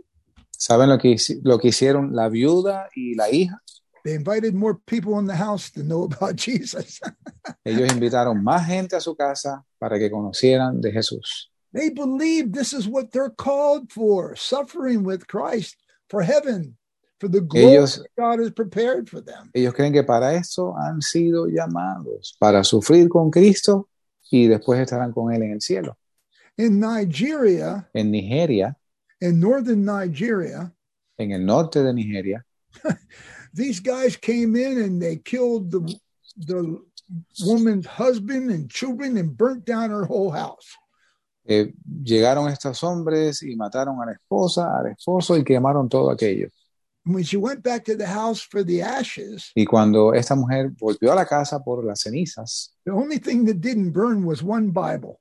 Speaker 2: ¿Saben lo que, hici- lo que hicieron la viuda y la hija?
Speaker 3: They invited more people in the house to know about Jesus.
Speaker 2: Ellos invitaron más gente a su casa para que conocieran de Jesús.
Speaker 3: They believe this is what they're called for suffering with Christ for heaven, for the glory
Speaker 2: Ellos,
Speaker 3: God has prepared for them.
Speaker 2: ellos creen que para eso han sido llamados, para sufrir con Cristo y después estarán con Él en el cielo.
Speaker 3: In Nigeria,
Speaker 2: En Nigeria,
Speaker 3: in northern Nigeria,
Speaker 2: en el norte de Nigeria,
Speaker 3: these guys came in and they killed the, the woman's husband and children and burnt down her whole house.
Speaker 2: eh, llegaron estos hombres y mataron a la esposa, al esposo y quemaron todo aquello.
Speaker 3: And when she went back to the house for the ashes,
Speaker 2: Y cuando esta mujer volvió a la casa por las cenizas,
Speaker 3: the only thing that didn't burn was one Bible.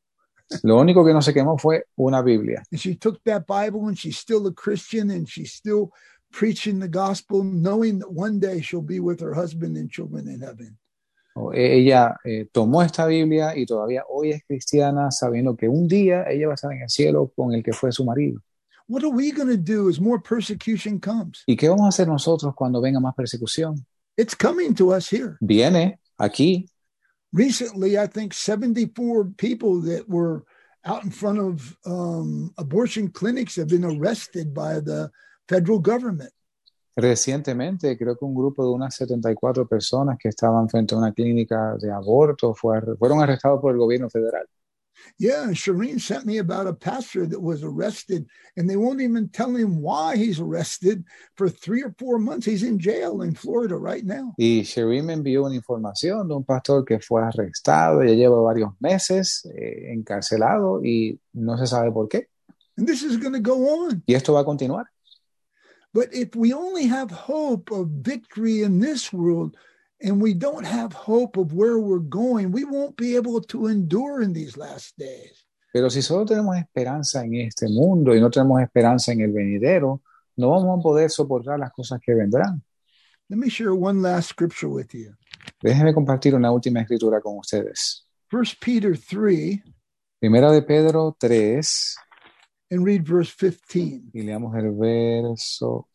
Speaker 2: lo único que no se quemó fue una Biblia.
Speaker 3: And she took that Bible and she's still a Christian and she's still preaching the gospel, knowing that one day she'll be with her husband and children in heaven.
Speaker 2: O- e- Ella eh, tomó esta Biblia y todavía hoy es cristiana, sabiendo que un día ella va a estar en el cielo con el que fue su marido.
Speaker 3: What are we going to do as more persecution comes?
Speaker 2: ¿Y qué vamos a hacer nosotros cuando venga más persecución?
Speaker 3: It's coming to us here.
Speaker 2: Viene aquí.
Speaker 3: Recently, I think 74 people that were out in front of um, abortion clinics have been arrested by the federal government.
Speaker 2: Recientemente, creo que un grupo de unas 74 personas que estaban frente a una clínica de aborto fue ar- fueron arrestados por el gobierno federal.
Speaker 3: Yeah, Shireen sent me about a pastor that was arrested, and they won't even tell him why he's arrested for three or four months. He's in jail in Florida right now.
Speaker 2: Y Sherry me envió una información de un pastor que fue arrestado, ya lleva varios meses eh, encarcelado y no se sabe por qué.
Speaker 3: And this is going to go on.
Speaker 2: Y esto va a continuar.
Speaker 3: But if we only have hope of victory in this world, and we don't have hope of where we're going, we won't be able to endure in these last days.
Speaker 2: Pero si solo tenemos esperanza en este mundo y no tenemos esperanza en el venidero, no vamos a poder soportar las cosas que vendrán.
Speaker 3: Let me share one last scripture with you.
Speaker 2: Déjenme compartir una última escritura con ustedes.
Speaker 3: First Peter 3
Speaker 2: Primera de Pedro 3
Speaker 3: and read verse 15.
Speaker 2: y leamos el verso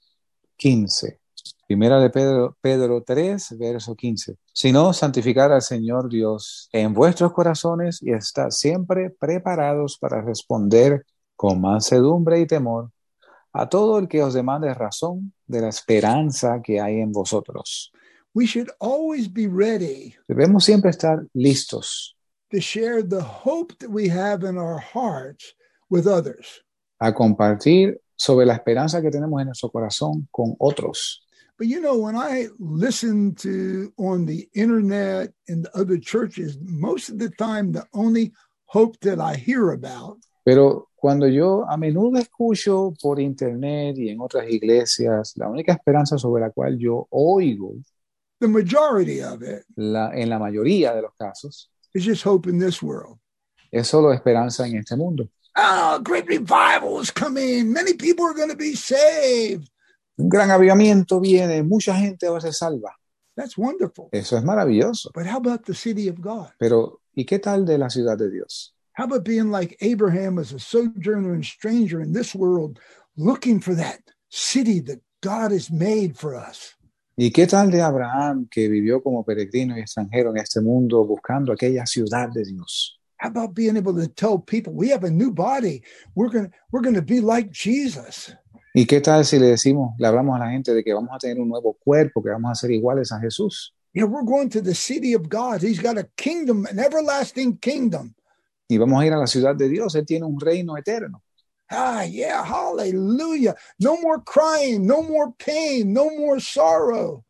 Speaker 2: 15. Primera de Pedro, Pedro 3, verso 15. Sino santificar al Señor Dios en vuestros corazones y estar siempre preparados para responder con mansedumbre y temor a todo el que os demande razón de la esperanza que hay en vosotros.
Speaker 3: We should always be ready
Speaker 2: Debemos siempre estar listos
Speaker 3: to share the hope that we have in our hearts with others.
Speaker 2: a compartir sobre la esperanza que tenemos en nuestro corazón con otros.
Speaker 3: But you know, when I listen to on the internet and the other churches, most of the time, the only hope that I hear about
Speaker 2: Pero cuando yo a menudo escucho por internet y en otras iglesias, la única esperanza sobre la cual yo oigo,
Speaker 3: the majority of it
Speaker 2: la- en la mayoría de los casos,
Speaker 3: is just hope in this world.
Speaker 2: Es solo esperanza en este mundo.
Speaker 3: Oh, great revival is coming. Many people are going to be saved.
Speaker 2: Un gran avivamiento viene, mucha gente ahora se salva.
Speaker 3: That's wonderful.
Speaker 2: Eso es maravilloso.
Speaker 3: But how about the city of God?
Speaker 2: Pero, ¿y qué tal de la ciudad de Dios?
Speaker 3: How about being like Abraham as a sojourner and stranger in this world, looking for that city that God has made for us?
Speaker 2: ¿Y qué tal de Abraham que vivió como peregrino y extranjero en este mundo buscando aquella ciudad de Dios?
Speaker 3: How about being able to tell people we have a new body? We're going to we're going to be like Jesus.
Speaker 2: ¿Y qué tal si le decimos, le hablamos a la gente de que vamos a tener un nuevo cuerpo, que vamos a ser iguales a Jesús?
Speaker 3: Yeah, we're going to the city of God. He's got a kingdom, an everlasting kingdom.
Speaker 2: Y vamos a ir a la ciudad de Dios, Él tiene un reino eterno.
Speaker 3: Ah, yeah, hallelujah. No more crying, no more pain, no more sorrow.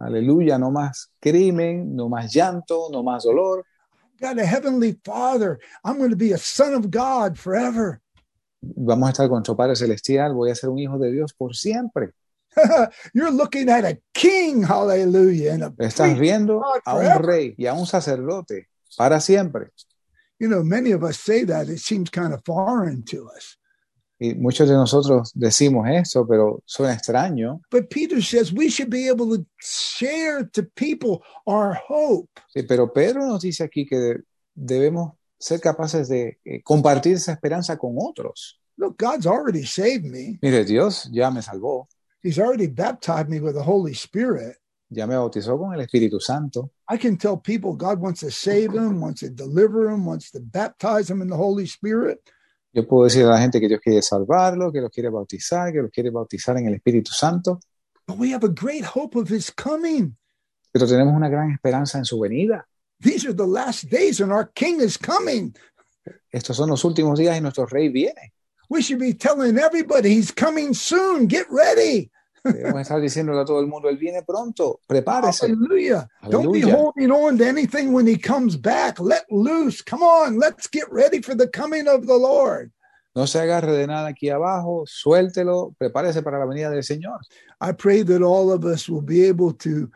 Speaker 2: Aleluya, no más crimen, no más llanto, no más dolor.
Speaker 3: Got a heavenly father. I'm going to be a son of God forever.
Speaker 2: Vamos a estar con nuestro Padre Celestial, voy a ser un hijo de Dios por siempre.
Speaker 3: You're looking at a king, hallelujah, and a
Speaker 2: Estás
Speaker 3: priest,
Speaker 2: viendo
Speaker 3: God
Speaker 2: a un
Speaker 3: forever.
Speaker 2: rey y a un sacerdote para siempre.
Speaker 3: You know, many of us say that it seems kind of foreign to us.
Speaker 2: Y muchos de nosotros decimos esto, pero suena extraño.
Speaker 3: But Peter says we should be able to share to people our hope.
Speaker 2: Sí, pero Pedro nos dice aquí que de- debemos ser capaces de eh, compartir esa esperanza con otros.
Speaker 3: Look, God's already saved me.
Speaker 2: Mire, Dios ya me salvó,
Speaker 3: He's already baptized me with the Holy Spirit.
Speaker 2: ya me bautizó con el Espíritu Santo.
Speaker 3: I can tell people God wants to save them, wants to deliver them, wants to baptize them in the Holy Spirit.
Speaker 2: Yo puedo decir a la gente que Dios quiere salvarlo, que los quiere bautizar, que los quiere bautizar en el Espíritu Santo,
Speaker 3: But we have a great hope of his coming.
Speaker 2: pero tenemos una gran esperanza en su venida.
Speaker 3: These are the last days, and our king is coming.
Speaker 2: Estos son los últimos días y nuestro rey viene.
Speaker 3: We should be telling everybody he's coming soon. Get ready.
Speaker 2: Debemos estar diciéndole a todo el mundo, Él viene pronto, prepárese.
Speaker 3: Hallelujah. Don't be
Speaker 2: Hallelujah.
Speaker 3: holding on to anything when he comes back. Let loose. Come on. Let's get ready for the coming of the Lord.
Speaker 2: No se agarre de nada aquí abajo, suéltelo, prepárese para la venida del Señor.
Speaker 3: I pray that all of us will be able to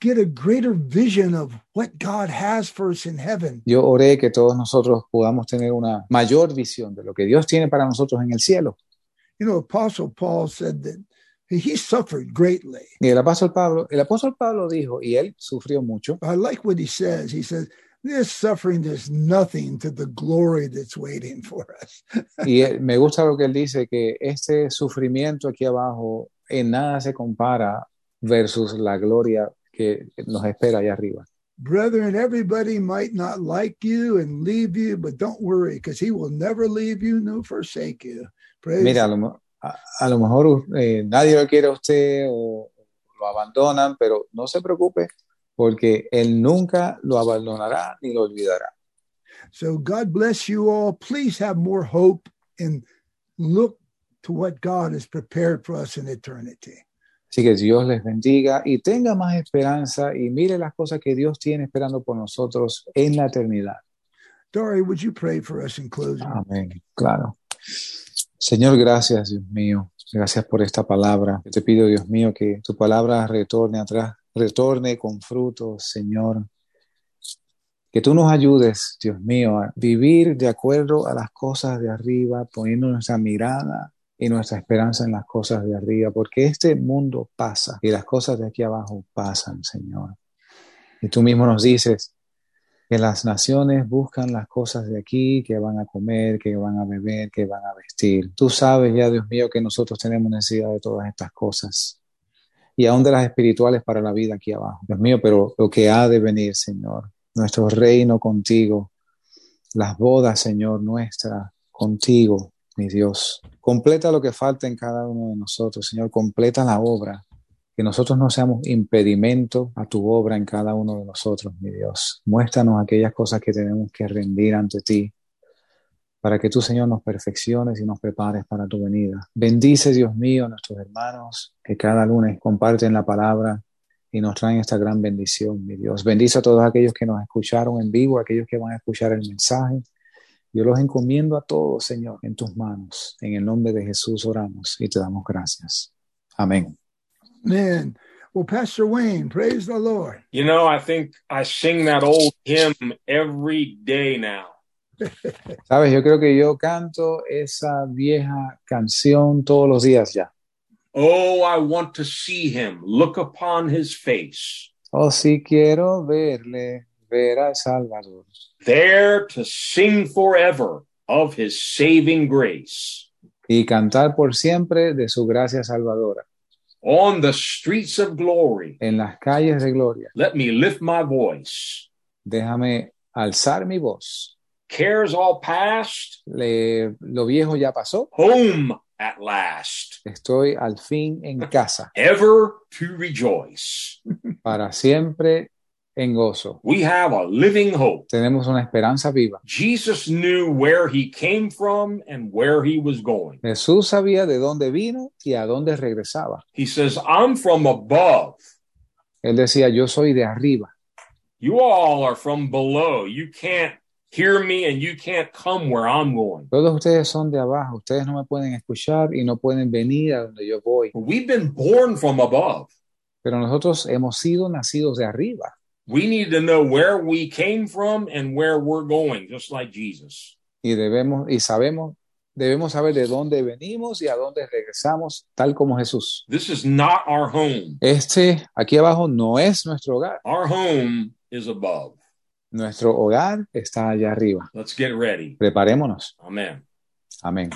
Speaker 3: get a greater vision of what God has for us in heaven.
Speaker 2: Yo oré que todos nosotros podamos tener una mayor visión de lo que Dios tiene para nosotros en el cielo.
Speaker 3: You know, Apostle Paul said that he suffered greatly.
Speaker 2: Y el apóstol Pablo, el apóstol Pablo dijo, y él sufrió mucho,
Speaker 3: I like what he says. He says, This suffering is nothing to the glory that's waiting for us.
Speaker 2: y él- me gusta lo que él dice, que este sufrimiento aquí abajo en nada se compara versus la gloria que nos espera allá arriba.
Speaker 3: Brethren, everybody might not like you and leave you, but don't worry, because he will never leave you nor forsake you. Praise
Speaker 2: Mira, a lo, mo- a- a lo mejor eh, nadie lo quiere a usted o lo abandonan, pero no se preocupe porque Él nunca lo abandonará ni lo olvidará.
Speaker 3: So God bless you all. Please have more hope and look to what God has prepared for us in eternity.
Speaker 2: Así que Dios les bendiga y tenga más esperanza y mire las cosas que Dios tiene esperando por nosotros en la eternidad.
Speaker 3: Dory, would you pray for us in closing?
Speaker 2: Uh, Amén, claro. Señor, gracias, Dios mío. Gracias por esta palabra. Yo te pido, Dios mío, que tu palabra retorne atrás, retorne con frutos, Señor. Que tú nos ayudes, Dios mío, a vivir de acuerdo a las cosas de arriba, poniendo nuestra mirada y nuestra esperanza en las cosas de arriba, porque este mundo pasa y las cosas de aquí abajo pasan, Señor. Y tú mismo nos dices, que las naciones buscan las cosas de aquí, que van a comer, que van a beber, que van a vestir. Tú sabes ya, Dios mío, que nosotros tenemos necesidad de todas estas cosas. Y aún de las espirituales para la vida aquí abajo. Dios mío, pero lo que ha de venir, Señor, nuestro reino contigo, las bodas, Señor, nuestra, contigo, mi Dios. Completa lo que falta en cada uno de nosotros, Señor. Completa la obra que nosotros no seamos impedimento a tu obra en cada uno de nosotros, mi Dios. Muéstranos aquellas cosas que tenemos que rendir ante ti, para que tú, Señor, nos perfecciones y nos prepares para tu venida. Bendice, Dios mío, a nuestros hermanos que cada lunes comparten la palabra y nos traen esta gran bendición, mi Dios. Bendice a todos aquellos que nos escucharon en vivo, aquellos que van a escuchar el mensaje. Yo los encomiendo a todos, Señor, en tus manos. En el nombre de Jesús oramos y te damos gracias. Amén.
Speaker 3: Amen. Well, Pastor Wayne, praise the Lord.
Speaker 1: You know, I think I sing that old hymn every day now.
Speaker 2: Sabes, yo creo que yo canto esa vieja canción todos los días ya.
Speaker 1: Oh, I want to see him, look upon his face,
Speaker 2: Oh, si quiero verle, ver al Salvador,
Speaker 1: there to sing forever of his saving grace.
Speaker 2: y cantar por siempre de su gracia salvadora.
Speaker 1: On the streets of glory,
Speaker 2: En las calles de gloria,
Speaker 1: let me lift my voice.
Speaker 2: déjame alzar mi voz.
Speaker 1: Cares all past,
Speaker 2: Le- lo viejo ya pasó,
Speaker 1: home at last,
Speaker 2: estoy al fin en casa,
Speaker 1: ever to rejoice.
Speaker 2: para siempre en gozo.
Speaker 1: We have a living hope.
Speaker 2: Tenemos una esperanza viva.
Speaker 1: Jesus knew where he came from and where he was going.
Speaker 2: Jesús sabía de dónde vino y a dónde regresaba.
Speaker 1: He says, I'm from above.
Speaker 2: Él decía, yo soy de arriba.
Speaker 1: You all are from below. You can't hear me and you can't come where I'm going.
Speaker 2: Todos ustedes son de abajo, ustedes no me pueden escuchar y no pueden venir a donde yo voy.
Speaker 1: We've been born from above.
Speaker 2: Pero nosotros hemos sido nacidos de arriba.
Speaker 1: We need to know where we came from and where we're going, just like Jesus.
Speaker 2: y debemos y sabemos debemos saber de dónde venimos y a dónde regresamos tal como Jesús.
Speaker 1: This is not our home.
Speaker 2: Este aquí abajo no es nuestro hogar.
Speaker 1: Our home is above.
Speaker 2: Nuestro hogar está allá arriba.
Speaker 1: Let's get ready.
Speaker 2: Preparémonos.
Speaker 1: Amen.
Speaker 2: Amén.